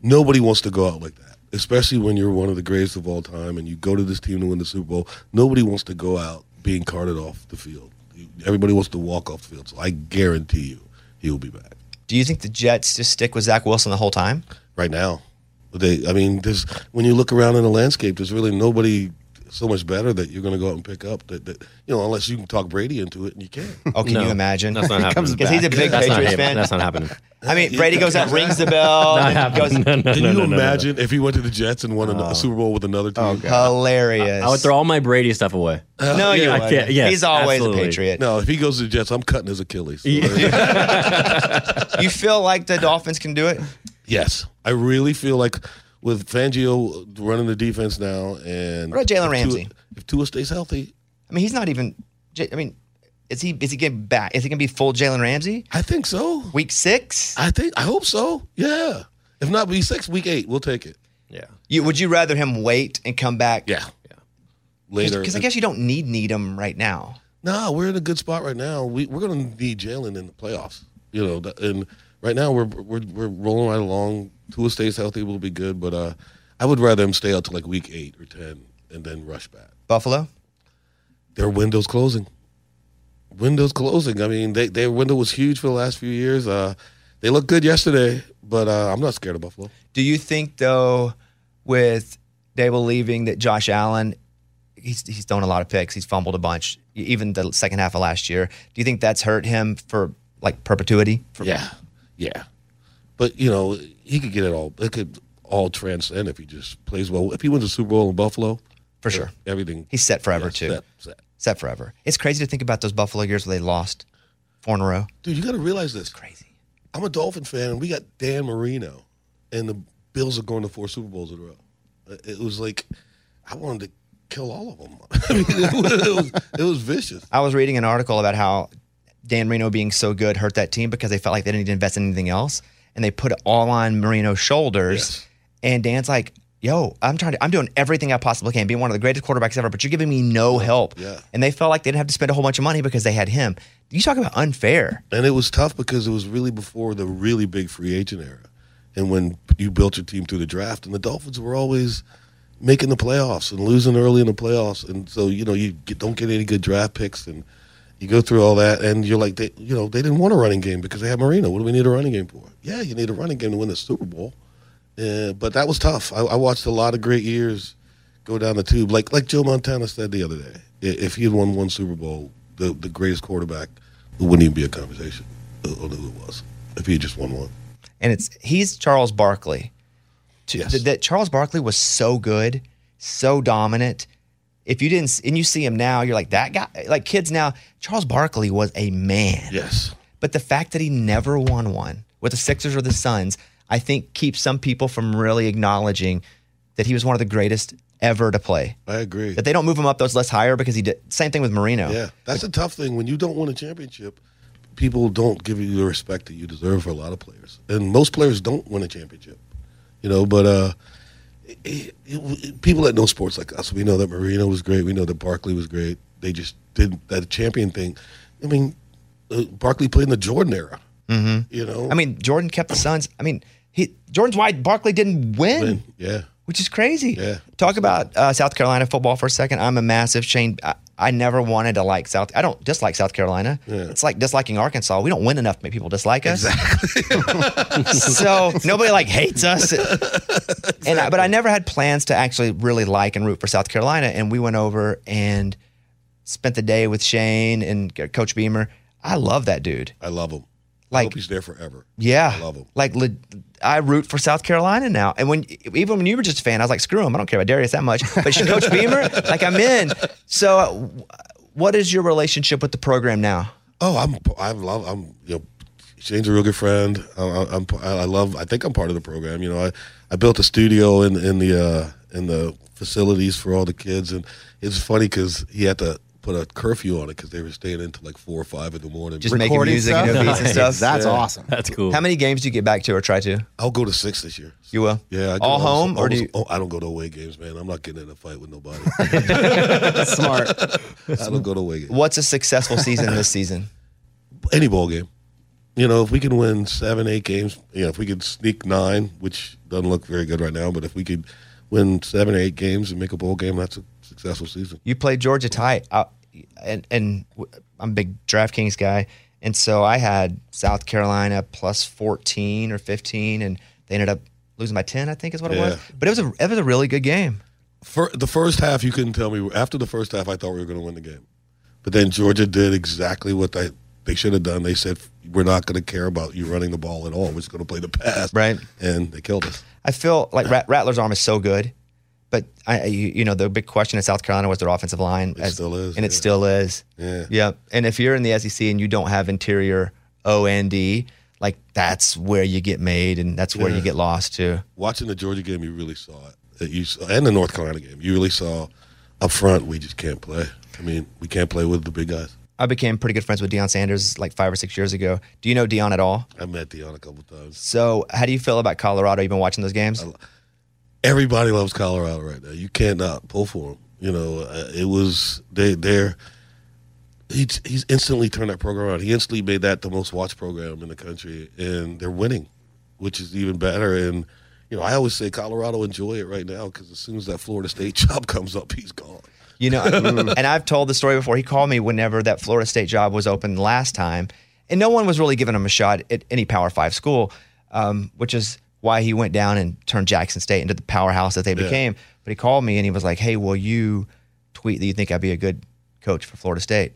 S9: nobody wants to go out like that. Especially when you're one of the greatest of all time and you go to this team to win the Super Bowl. Nobody wants to go out being carted off the field. Everybody wants to walk off the field. So I guarantee you, he will be back.
S4: Do you think the Jets just stick with Zach Wilson the whole time?
S9: Right now, they. I mean, there's when you look around in the landscape, there's really nobody so much better that you're going to go out and pick up that, that you know unless you can talk Brady into it and you can't.
S4: Oh, can
S6: No,
S4: you imagine?
S6: That's not happening.
S4: Because he's a big
S6: That's not
S4: Patriots
S6: happening.
S4: fan.
S6: That's not happening.
S4: I mean, Brady goes out, rings the bell,
S6: Not
S4: and goes
S6: happening. No, no,
S9: Can
S6: no,
S9: you
S6: no, no, no.
S9: imagine if he went to the Jets and won a-
S4: Oh.
S9: a Super Bowl with another team?
S4: hilarious.
S6: I would throw all my Brady stuff away.
S4: no, you
S6: I
S4: would.
S6: can't. Yes,
S4: he's always a
S6: absolutely.
S4: Patriot.
S9: No, if he goes to the Jets, I'm cutting his Achilles.
S4: You feel like the Dolphins can do it?
S9: yes, I really feel like with Fangio running the defense now, and
S4: What about Jalen
S9: if Tua-
S4: Ramsey?
S9: If Tua stays healthy,
S4: I mean, he's not even. J- I mean, is he is he getting back? Is he gonna be full Jalen Ramsey
S9: I think so.
S4: week six?
S9: I think I hope so. Yeah. If not week six, week eight, we'll take it.
S6: Yeah.
S4: You would you rather him wait and come back?
S9: Yeah. Yeah. Later,
S4: because I guess you don't need Needham right now.
S9: No, we're in a good spot right now. We we're gonna need Jalen in the playoffs. You know, th- and right now we're we're we're rolling right along. Tua stays healthy, we'll be good. But uh, I would rather him stay out till like week eight or ten, and then rush back.
S4: Buffalo.
S9: Their window's closing. Window's closing. I mean, they, their window was huge for the last few years. Uh, they looked good yesterday, but uh, I'm not scared of Buffalo.
S4: Do you think though, with Dable leaving, that Josh Allen, he's he's thrown a lot of picks. He's fumbled a bunch, e- even the second half of last year. Do you think that's hurt him for like perpetuity? For,
S9: Yeah, yeah. But you know, he could get it all. It could all transcend if he just plays well. If he wins a Super Bowl in Buffalo,
S4: for sure.
S9: everything
S4: He's set forever
S9: Yeah,
S4: too.
S9: set, set.
S4: Set forever. It's crazy to think about those Buffalo years where they lost four in a row.
S9: Dude, you got to realize this.
S4: Crazy.
S9: I'm a Dolphin fan, and we got Dan Marino, and the Bills are going to four Super Bowls in a row. Uh, It was like I wanted to kill all of them. I mean, it, was, it was- it was vicious.
S4: I was reading an article about how Dan Marino being so good hurt that team because they felt like they didn't need to invest in anything else, and they put it all on Marino's shoulders.
S9: Yes.
S4: And Dan's like, "Yo, I'm trying to, I'm doing everything I possibly can, being one of the greatest quarterbacks ever, but you're giving me no help."
S9: yeah.
S4: And they felt like they didn't have to spend a whole bunch of money because they had him. You talk about unfair.
S9: And it was tough because it was really before the really big free agent era, and when you built your team through the draft, and the Dolphins were always making the playoffs and losing early in the playoffs, and so you know you get, don't get any good draft picks, and you go through all that, and you're like, they, you know, they didn't want a running game because they had Marino. What do we need a running game for? Yeah, you need a running game to win the Super Bowl, uh, but that was tough. I, I watched a lot of great years go down the tube, like like Joe Montana said the other day. i- If he had won one Super Bowl, the the greatest quarterback, it wouldn't even be a conversation on who it was if he had just won one.
S4: And it's he's Charles Barkley. To-
S9: Yes.
S4: that- that Charles Barkley was so good, so dominant. If you didn't, s- and you see him now, you're like that guy. Like kids now, Charles Barkley was a man.
S9: Yes,
S4: But the fact that he never won one with the Sixers or the Suns, I think keeps some people from really acknowledging that he was one of the greatest ever to play.
S9: I agree.
S4: That they don't move him up those lists higher because he did. Same thing with Marino.
S9: Yeah, that's a tough thing when you don't win a championship. People don't give you the respect that you deserve for a lot of players, and most players don't win a championship. You know, but uh, it- it- it- people that know sports like us, we know that Marino was great. We know that Barkley was great. They just did that champion thing. I mean, uh, Barkley played in the Jordan era. Mm-hmm. You know,
S4: I mean, Jordan kept the Suns. I mean, he Jordan's why Barkley didn't win.
S9: Win, yeah.
S4: Which is crazy.
S9: Yeah.
S4: Talk about uh, South Carolina football for a second. I'm a massive Shane. I, I never wanted to like South. I don't dislike South Carolina. It's like disliking Arkansas. We don't win enough. to make People dislike us. so nobody like hates us. And I, but I never had plans to actually really like and root for South Carolina. And we went over and spent the day with Shane and C- Coach Beamer. I love that dude.
S9: I love him.
S4: Like
S9: hope he's there forever.
S4: yeah,
S9: I love him.
S4: Like le- I root for South Carolina now. And when even when you were just a fan, I was like, screw him. I don't care about Darius that much. But Coach Beamer, like I'm in. So, uh, w- what is your relationship with the program now?
S9: Oh, I'm I love I'm you know Shane's a real good friend. I, I- I'm I love I think I'm part of the program. You know I, I built a studio in in the uh, in the facilities for all the kids, and it's funny because he had to put a curfew on it because they were staying into like four or five in the morning,
S4: Just making Recording music and stuff? no beats and stuff? That's awesome.
S6: That's cool.
S4: How many games do you get back to or try to?
S9: I'll go to six this year.
S4: You will.
S9: Yeah, I go
S4: all
S9: to
S4: home or do
S9: almost-
S4: you?
S9: oh, I don't go to away games, man. I'm not getting in a fight with nobody.
S4: Smart.
S9: I don't go to away games.
S4: What's a successful season this season?
S9: any ball game. You know, if we can win seven, eight games, you know, if we could sneak nine, which doesn't look very good right now, but if we could win seven or eight games and make a bowl game, that's a successful season.
S4: You played Georgia tight, I, and and w- I'm a big DraftKings guy, and so I had South Carolina plus 14 or 15, and they ended up losing by 10, I think is what it was.
S9: Yeah.
S4: But it was a it was a really good game.
S9: For the first half, you couldn't tell me. After the first half, I thought we were going to win the game, but then Georgia did exactly what they they should have done. They said we're not going to care about you running the ball at all. We're just going to play the pass,
S4: Right.
S9: And they killed us.
S4: I feel like Rat- Rattler's arm is so good, but I I- you, you know the big question in South Carolina was their offensive line. It
S9: still is,
S4: and it
S9: yeah.
S4: still is.
S9: Yeah.
S4: Yeah, and if you're in the SEC and you don't have interior O and D, like that's where you get made, and that's where you
S9: Yeah.
S4: get lost too.
S9: Watching the Georgia game, you really saw it. That You saw, and the North Carolina game, you really saw up front. We just can't play. I mean, we can't play with the big guys.
S4: I became pretty good friends with Deion Sanders like five or six years ago. Do you know Deion at all?
S9: I met Dion a couple times.
S4: So, how do you feel about Colorado? You've been watching those games?
S9: Everybody loves Colorado right now. You can't not pull for them. You know, uh, it was they they're he, he's instantly turned that program around. He instantly made that the most watched program in the country, and they're winning, which is even better. And you know, I always say Colorado enjoy it right now because as soon as that Florida State job comes up, he's gone.
S4: You know, and I've told the story before. He called me whenever that Florida State job was open last time, and no one was really giving him a shot at any Power Five school, um, which is why he went down and turned Jackson State into the powerhouse that they
S9: Yeah.
S4: became. But he called me and he was like, "Hey, will you tweet that you think I'd be a good coach for Florida State?"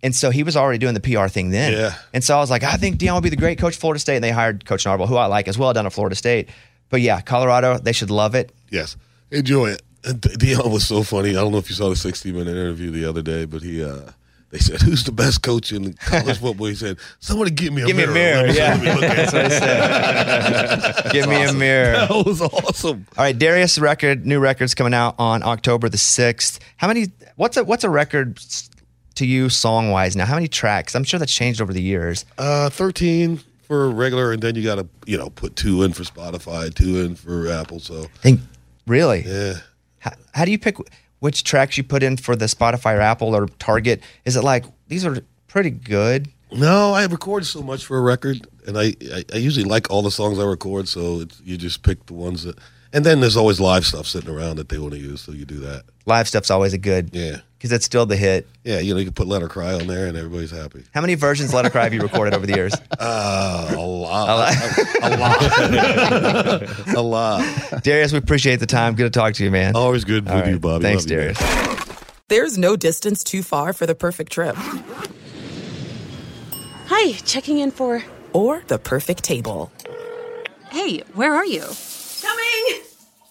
S4: And so he was already doing the PR thing then.
S9: Yeah.
S4: And so I was like, I think Dion would be the great coach of Florida State. And they hired Coach Narble, who I like as well down at Florida State. But yeah, Colorado, they should love it.
S9: Yes, enjoy it. And D- Dion was so funny. I don't know if you saw the 60 minute interview the other day, but he uh, they said who's the best coach in college football. He said somebody give me a
S4: Give me a
S9: mirror.
S4: mirror.
S9: Let me-
S4: Yeah.
S9: let me look at
S4: That's what I said. Give me a mirror.
S9: That was awesome.
S4: All right, Darius record, new records coming out on October the sixth. How many? What's a what's a record s- to you song wise now? How many tracks? I'm sure that's changed over the years.
S9: Uh, 13 for regular, and then you got to you know put two in for Spotify, two in for Apple. So
S4: Think really?
S9: yeah,
S4: How, how do you pick wh- which tracks you put in for the Spotify or Apple or Target? Is it like these are pretty good?
S9: no, I record so much for a record, and I I, I usually like all the songs I record. So it's, you just pick the ones that, and then there's always live stuff sitting around that they want to use. So you do that.
S4: Live stuff's always a good
S9: Yeah.
S4: because it's still the hit.
S9: Yeah, you know, you can put Let Her Cry on there and everybody's happy.
S4: How many versions of Let It Cry have you recorded over the years?
S9: Uh, a lot. A lot. a lot.
S4: Darius, we appreciate the time. Good to talk to you, man.
S9: Always good with
S4: All right.
S9: you, Bobby.
S4: Thanks,
S9: Love you, man.
S4: Darius.
S10: There's no distance too far for the perfect trip
S7: Hi, checking in for.
S10: or the perfect table.
S7: Hey, where are you? Coming!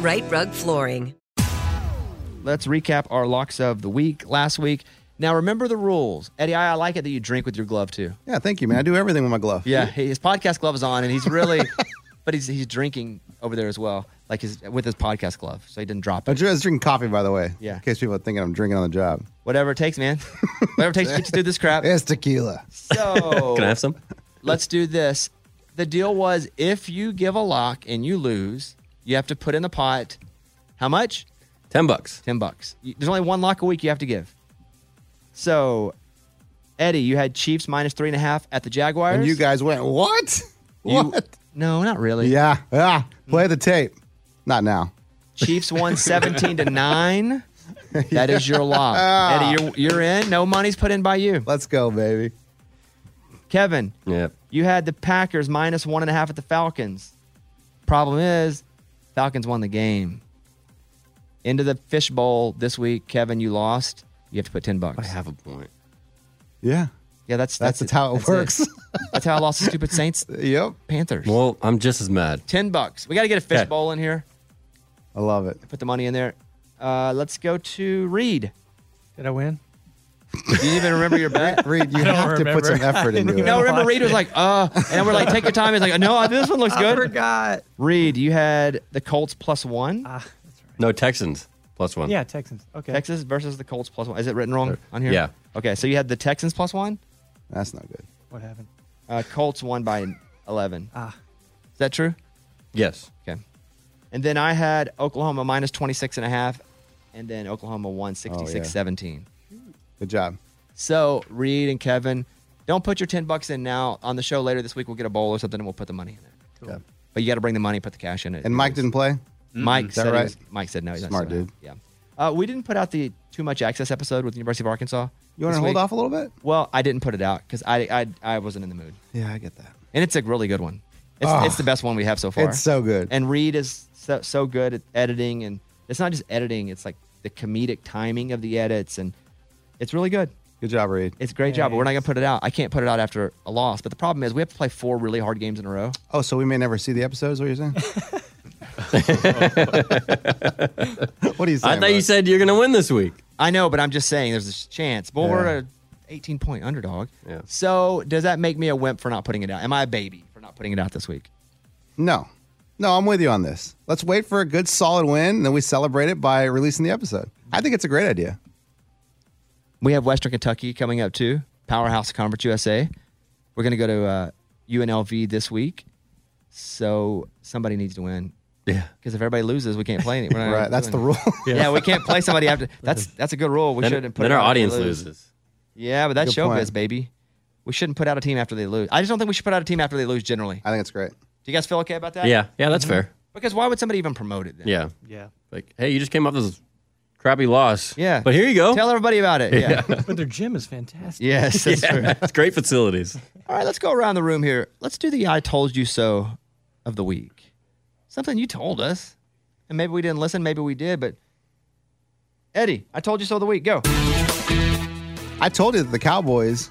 S7: Right Rug Flooring.
S4: Let's recap our locks of the week last week. Now remember the rules, Eddie. I, I like it that you drink with your glove too.
S5: Yeah, thank you, man. I do everything with my glove.
S4: Yeah, he- his podcast glove is on, and he's really, but he's he's drinking over there as well, like his with his podcast glove, so he didn't drop
S5: I
S4: it.
S5: was drinking coffee, by the way.
S4: Yeah.
S5: In case people are thinking I'm drinking on the job.
S4: Whatever it takes, man. Whatever it takes to get you through this crap.
S5: It's tequila.
S4: So
S6: Can I have some?
S4: let's do this. The deal was if you give a lock and you lose, you have to put in the pot. How much?
S6: Ten bucks.
S4: Ten bucks. You- There's only one lock a week you have to give. So, Eddie, you had Chiefs minus three and a half at the Jaguars.
S5: And you guys went, what?
S4: You-
S5: What?
S4: No, not really.
S5: Yeah. Yeah. Play the tape. Not now.
S4: Chiefs won 17 to 9. That is your lock. Eddie, you're, you're in. No money's put in by you.
S5: Let's go, baby.
S4: Kevin,
S6: Yeah.
S4: you had the Packers minus one and a half at the Falcons. Problem is, Falcons won the game. Into the fishbowl this week, Kevin, you lost. You have to put 10
S6: I
S4: bucks.
S6: have a point.
S5: Yeah.
S4: Yeah, that's
S5: That's, just how it
S4: that's
S5: works.
S4: it. That's how I lost the stupid Saints
S5: yep.
S4: Panthers.
S6: Well, I'm just as mad.
S4: 10 bucks. We got to get a
S6: Okay.
S4: fishbowl in here.
S5: I love it.
S4: Put the money in there. Uh, let's go to Reed.
S11: Did I win?
S4: Do you even remember your bet?
S5: Reed, you have to put
S11: remember.
S5: some effort into it.
S4: No, remember Reed was like, uh, and then we're like, take your time. He's like, no, this one looks
S11: I
S4: good.
S11: forgot.
S4: Reed, you had the Colts plus one,
S11: Ah, that's right.
S6: No Texans plus one.
S11: Yeah, Texans. Okay.
S4: Texas versus the Colts plus one. Is it written wrong on here?
S6: Uh, Yeah.
S4: Okay, so you had the Texans plus one,
S5: That's not good.
S11: What happened?
S4: uh, Colts won by eleven.
S11: Ah.
S4: Is that true?
S6: Yes.
S4: Okay. And then I had Oklahoma minus 26 and a half, and then Oklahoma won
S6: Oh,
S4: 66-17.
S5: Good job.
S4: So Reed and Kevin, don't put your ten bucks in now. On the show later this week, we'll get a bowl or something, and we'll put the money in there.
S5: Yeah.
S4: But you got to bring the money, put the cash in it.
S5: And Mike didn't play?
S4: Mike
S5: that
S4: said he
S5: right?
S4: was- Mike said no. He's not
S5: Smart
S4: still out.
S5: dude.
S4: Yeah. Uh, we didn't put out the too much access episode with the University of Arkansas.
S5: You want
S4: this
S5: to hold
S4: week.
S5: off a little bit?
S4: Well, I didn't put it out because I, I I wasn't in the mood,
S5: Yeah, I get that.
S4: and it's a really good one. It's,
S5: Oh.
S4: it's the best one we have so far.
S5: It's so good.
S4: And Reed is so, so good at editing, and it's not just editing; it's like the comedic timing of the edits, and it's really good.
S5: Good job, Reed.
S4: It's a great job, but we're not going to put it out. I can't put it out after a loss. But the problem is, we have to play four really hard games in a row.
S5: Oh, so we may never see the episodes? What are you saying? what are you saying?
S6: I thought you
S5: bud?
S6: said you're gonna win this week.
S4: I know, but I'm just saying there's this chance. But we're
S5: Yeah.
S4: a 18 point underdog.
S6: Yeah.
S4: So does that make me a wimp for not putting it out? Am I a baby for not putting it out this week?
S5: No. No, I'm with you on this. Let's wait for a good solid win, and then we celebrate it by releasing the episode. I think it's a great idea.
S4: We have Western Kentucky coming up too, powerhouse conference USA. We're going to go to uh, UNLV this week. So somebody needs to win.
S6: Yeah.
S4: Because if everybody loses, we can't play any. we're not
S5: Right. That's the
S4: doing
S5: rule.
S4: it. Yeah. we can't play somebody after. That's that's a good rule. We
S6: Then,
S4: shouldn't put
S6: then
S4: it
S6: our
S4: out if
S6: audience
S4: they lose.
S6: loses.
S4: Yeah, but that's
S5: Good
S4: showbiz,
S5: point.
S4: baby. We shouldn't put out a team after they lose. I just don't think we should put out a team after they lose. Generally, do
S5: I think it's great.
S4: you guys feel okay about that?
S6: Yeah. Yeah,
S4: Mm-hmm.
S6: that's fair.
S4: Because why would somebody even promote it? Then?
S6: Yeah.
S11: Yeah.
S6: Like, hey, you just came off this crappy loss.
S4: Yeah.
S6: But here you go.
S4: Tell everybody about it. Yeah.
S11: But their gym is fantastic.
S4: yes. That's True.
S6: Yeah, it's great facilities.
S4: All right, let's go around the room here. Let's do the "I told you so" of the week. Something you told us, and maybe we didn't listen. Maybe we did, but Eddie, I told you so of the week. Go.
S5: I told you that the Cowboys,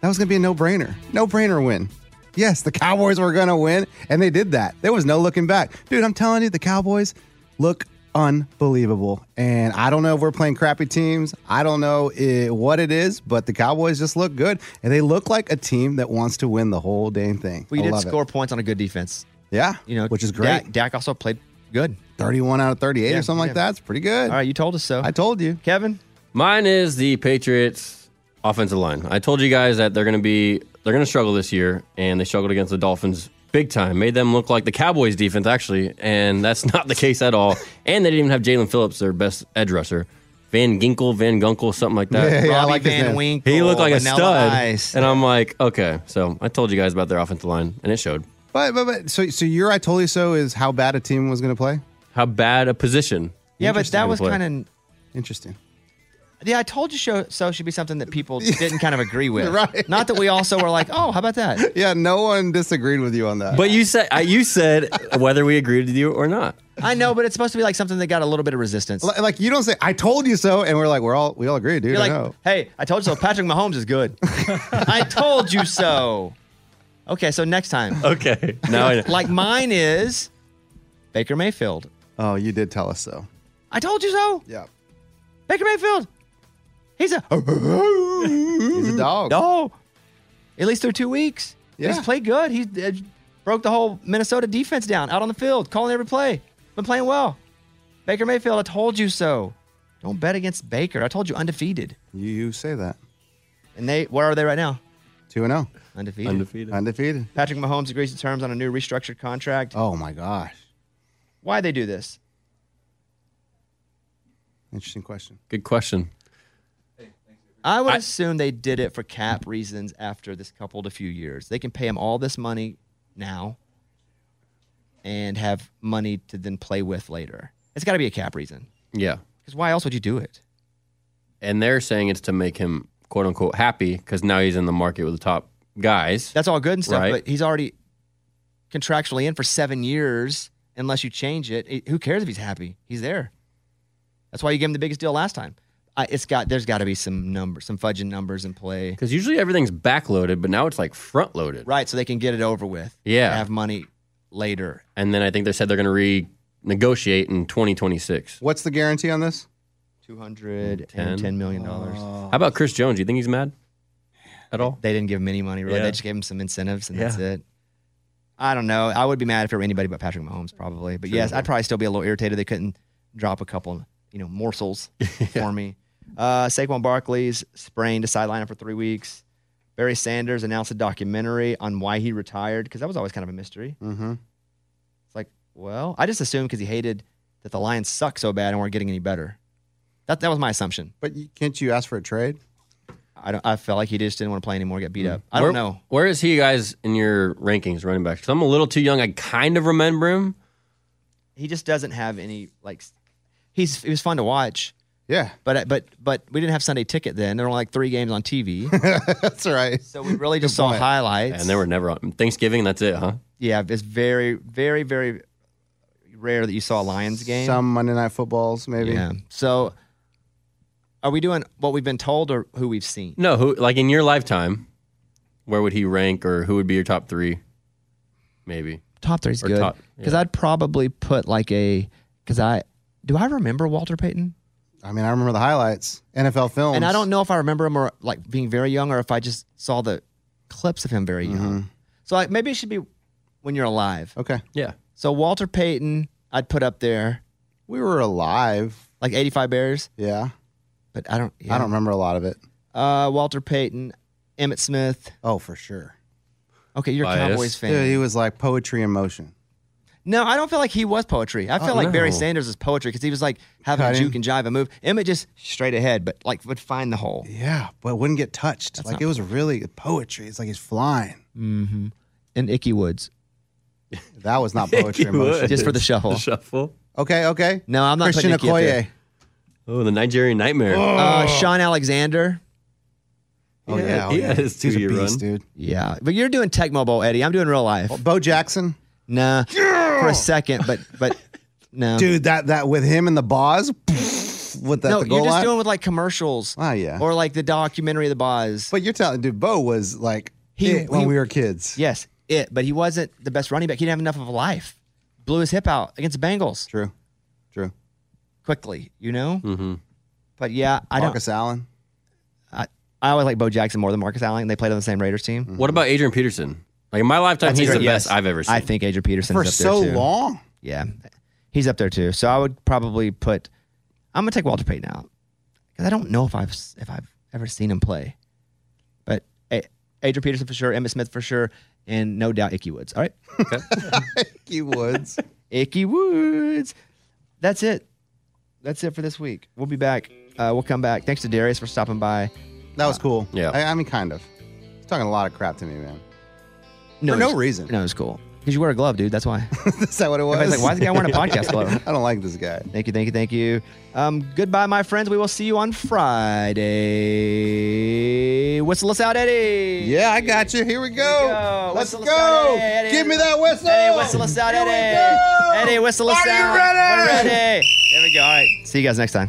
S5: that was going to be a no brainer. No brainer win. Yes, the Cowboys were going to win, and they did that. There was no looking back. Dude, I'm telling you, the Cowboys look unbelievable. And I don't know if we're playing crappy teams. I don't know eh, what it is, but the Cowboys just look good. And they look like a team that wants to win the whole damn thing.
S4: We
S5: I
S4: did
S5: love it.
S4: score points on a good defense.
S5: Yeah.
S4: You know,
S5: which is
S4: Dak-
S5: great.
S4: Dak also played good.
S5: 31 out of 38
S4: Yeah,
S5: or something
S4: yeah.
S5: like that. It's pretty good.
S4: All right, you told us so.
S5: I told you.
S4: Kevin.
S6: Mine is the Patriots offensive line. I told you guys that they're going to be they're going to struggle this year and they struggled against the Dolphins big time. Made them look like the Cowboys defense actually, and that's not the case at all. And they didn't even have Jalen Phillips, their best edge rusher. Van Ginkle, Van Gunkel, something like that.
S5: Yeah, I
S4: Robbie
S5: like his
S4: Van
S5: name.
S4: Winkle.
S6: He looked like a
S4: Oh, Vanilla
S6: stud.
S4: Ice.
S6: And I'm like, okay. So I told you guys about their offensive line, and it showed
S5: But, but, but so, so your I told you so is how bad a team was going to play?
S6: how bad a position.
S4: Yeah, but that was kind of
S5: interesting.
S4: Yeah, I told you show, so should be something that people didn't kind of agree with.
S5: Right.
S4: Not that we also were like, oh, how about that?
S5: Yeah, no one disagreed with you on that.
S6: But you said I- you said whether we agreed with you or not.
S4: I know, but it's supposed to be like something that got a little bit of resistance.
S5: Li- Like you don't say, "I told you so," and we're like, "We're all we all agree, dude."
S4: You're
S5: I
S4: like,
S5: know.
S4: hey, I told you so. Patrick Mahomes is good. I told you so. Okay, so next time.
S6: Okay. Oh, Now I know.
S4: like mine is Baker Mayfield.
S5: Oh, you did tell us so.
S4: I told you so.
S5: Yeah.
S4: Baker Mayfield. He's a he's
S5: a dog.
S4: No. At least through two weeks.
S5: Yeah.
S4: He's played good. He uh, broke the whole Minnesota defense down out on the field, calling every play. Been playing well. Baker Mayfield, I told you so. Don't bet against Baker. I told you undefeated.
S5: You, you say that.
S4: And they where are they right now?
S5: Two and zero.
S4: Undefeated.
S6: Undefeated.
S5: Undefeated.
S4: Patrick Mahomes agrees to terms on a new restructured contract.
S5: Oh my gosh.
S4: Why they do this?
S5: Interesting question.
S6: Good question.
S4: I would assume they did it for cap reasons after this coupled a few years. They can pay him all this money now and have money to then play with later. It's got to be a cap reason.
S6: Yeah.
S4: Because why else would you do it?
S6: And they're saying it's to make him quote unquote happy because now he's in the market with the top guys.
S4: That's all good and stuff,
S6: Right.
S4: but he's already contractually in for seven years unless you change it. It- Who cares if he's happy? He's there. That's why you gave him the biggest deal last time. I, it's got there's got to be some numbers, some fudging numbers in play.
S6: Because usually everything's backloaded, but now it's like front loaded.
S4: Right, so they can get it over with.
S6: Yeah.
S4: Have money later.
S6: And then I think they said they're going to renegotiate in 2026.
S5: What's the guarantee on this?
S4: Two hundred and ten million dollars.
S6: How about Chris Jones? Do you think he's mad at all?
S4: They didn't give him any money really.
S6: Yeah.
S4: They just gave him some incentives and
S6: Yeah.
S4: that's it. I don't know. I would be mad if it were anybody but Patrick Mahomes probably. But yes, I'd probably still be a little irritated they couldn't drop a couple, you know, morsels for me. Uh Saquon Barkley's sprained a sideline for three weeks. Barry Sanders announced a documentary on why he retired because that was always kind of a mystery.
S5: Mm-hmm.
S4: It's like, well, I just assumed because he hated that the Lions suck so bad and weren't getting any better. That that was my assumption.
S5: But you, can't you ask for a trade?
S4: I don't. I felt like he just didn't want to play anymore. Got beat up. I
S6: Hmm. Where-
S4: don't know.
S6: Where is he, guys, in your rankings, running back? Because I'm a little too young. I kind of remember him.
S4: He just doesn't have any like. s- He's he was fun to watch,
S5: Yeah,
S4: but but but we didn't have Sunday ticket then. There were only like three games on TV,
S5: that's right.
S4: so we really just saw
S5: point.
S4: highlights.
S6: And they were never on Thanksgiving. That's it, huh?
S4: yeah, it's very very very rare that you saw a Lions game.
S5: Some Monday night footballs, maybe.
S4: yeah. So, are we doing what we've been told or who we've seen?
S6: No, who like in your lifetime, where would he rank, or who would be your top three? Maybe.
S4: Top three's
S6: Or
S4: good
S6: top-
S4: because I'd probably put like a because I do I remember Walter Payton
S5: I mean, I remember the highlights, NFL films,
S4: and I don't know if I remember him or like being very young or if I just saw the clips of him very
S5: Mm-hmm.
S4: young. So like maybe it should be when you're alive.
S5: Okay,
S6: Yeah.
S4: So Walter Payton I'd put up there
S5: we were alive.
S4: like 85 Bears,
S5: Yeah,
S4: but I don't.
S5: I don't remember a lot of it.
S4: Uh, Walter Payton, Emmett Smith.
S5: Oh, for sure.
S4: Okay, you're a
S6: Bias.
S4: Cowboys fan.
S5: Dude, he was like poetry in motion.
S4: No, I don't feel like he was poetry. I feel
S6: Oh,
S4: like Barry
S6: no.
S4: Sanders is poetry because he was like having a
S5: Cutting.
S4: juke and jive and move. Emmett just straight ahead, but like would find the hole.
S5: Yeah, but wouldn't get touched. like it was really poetry. It's like he's flying.
S4: And Icky Woods
S5: That was not poetry in motion.
S4: just for the shuffle.
S6: Shuffle.
S5: Okay, okay.
S4: No, I'm not
S5: Christian
S4: putting Nicky up
S5: Okoye.
S6: Oh, the Nigerian nightmare.
S4: Uh, Sean Alexander.
S5: Oh
S6: Yeah,
S5: yeah, oh,
S6: he
S5: yeah.
S6: had his
S5: He's a
S6: two-year run.
S5: beast, dude.
S4: Yeah, but you're doing tech mobile, Eddie. I'm doing real life.
S5: Bo Jackson,
S4: Nah, for a second, but but no,
S5: dude. That that with him and the Boz, with
S4: Um,
S5: that
S4: no, you're
S5: the goal
S4: just
S5: line.
S4: doing with like commercials.
S5: Ah, yeah.
S4: or like the documentary, The Boz.
S5: but you're telling, dude, Bo was like
S4: He-
S5: it when
S4: he-
S5: we were kids.
S4: yes, it. But he wasn't the best running back. He didn't have enough of a life. Blew his hip out against the Bengals
S5: True, true.
S4: quickly, you know. Mm-hmm. But yeah, I don't.
S5: Marcus Allen.
S4: I, I always like Bo Jackson more than Marcus Allen. They played on the same Raiders team.
S6: What about Adrian Peterson? Like in my lifetime,
S4: That's
S6: he's
S4: great.
S6: the
S4: Yes.
S6: best I've ever seen.
S4: I think Adrian Peterson
S5: for
S4: is up there
S5: so
S4: too.
S5: long.
S4: Yeah, he's up there too. So I would probably put. I'm gonna take Walter Payton out because I don't know if I've if I've ever seen him play, but A- Adrian Peterson for sure, Emmitt Smith for sure, and no doubt Icky Woods. All right,
S5: He Woods.
S4: Icky Woods. That's it. That's it for this week. We'll be back. Uh, we'll come back. Thanks to Darius for stopping by.
S5: That was cool.
S6: Yeah.
S5: I, I mean, kind of. He's talking a lot of crap to me, man.
S4: No,
S5: For no
S4: it's-
S5: reason.
S4: No, it's cool. Because you wear a glove, dude. That's why.
S5: Is that what it was?
S4: Everybody's like, why is the guy wearing a podcast glove?
S5: I don't like this guy.
S4: Thank you, thank you, thank you. Um, goodbye, my friends. We will see you on Friday. Whistle us out, Eddie.
S5: Yeah, I got you. Here we go. Let's
S4: Whistle us
S5: go.
S4: out, Eddie. Eddie.
S5: Give me that whistle.
S4: Eddie, whistle us out,
S5: Here we
S4: Eddie.
S5: go.
S4: Eddie, whistle us
S5: Are you
S4: out.
S5: ready?
S4: We're ready. There we go. All right. See you guys next time.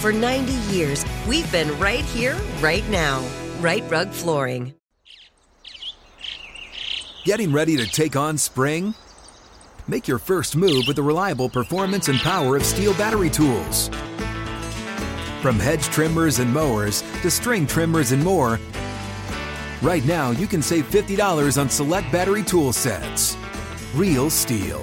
S7: For 90 years, we've been right here, right now. Right Rug Flooring.
S12: Getting ready to take on spring? Make your first move with the reliable performance and power of steel battery tools. From hedge trimmers and mowers to string trimmers and more, right now you can save $50 on select battery tool sets. Real steel.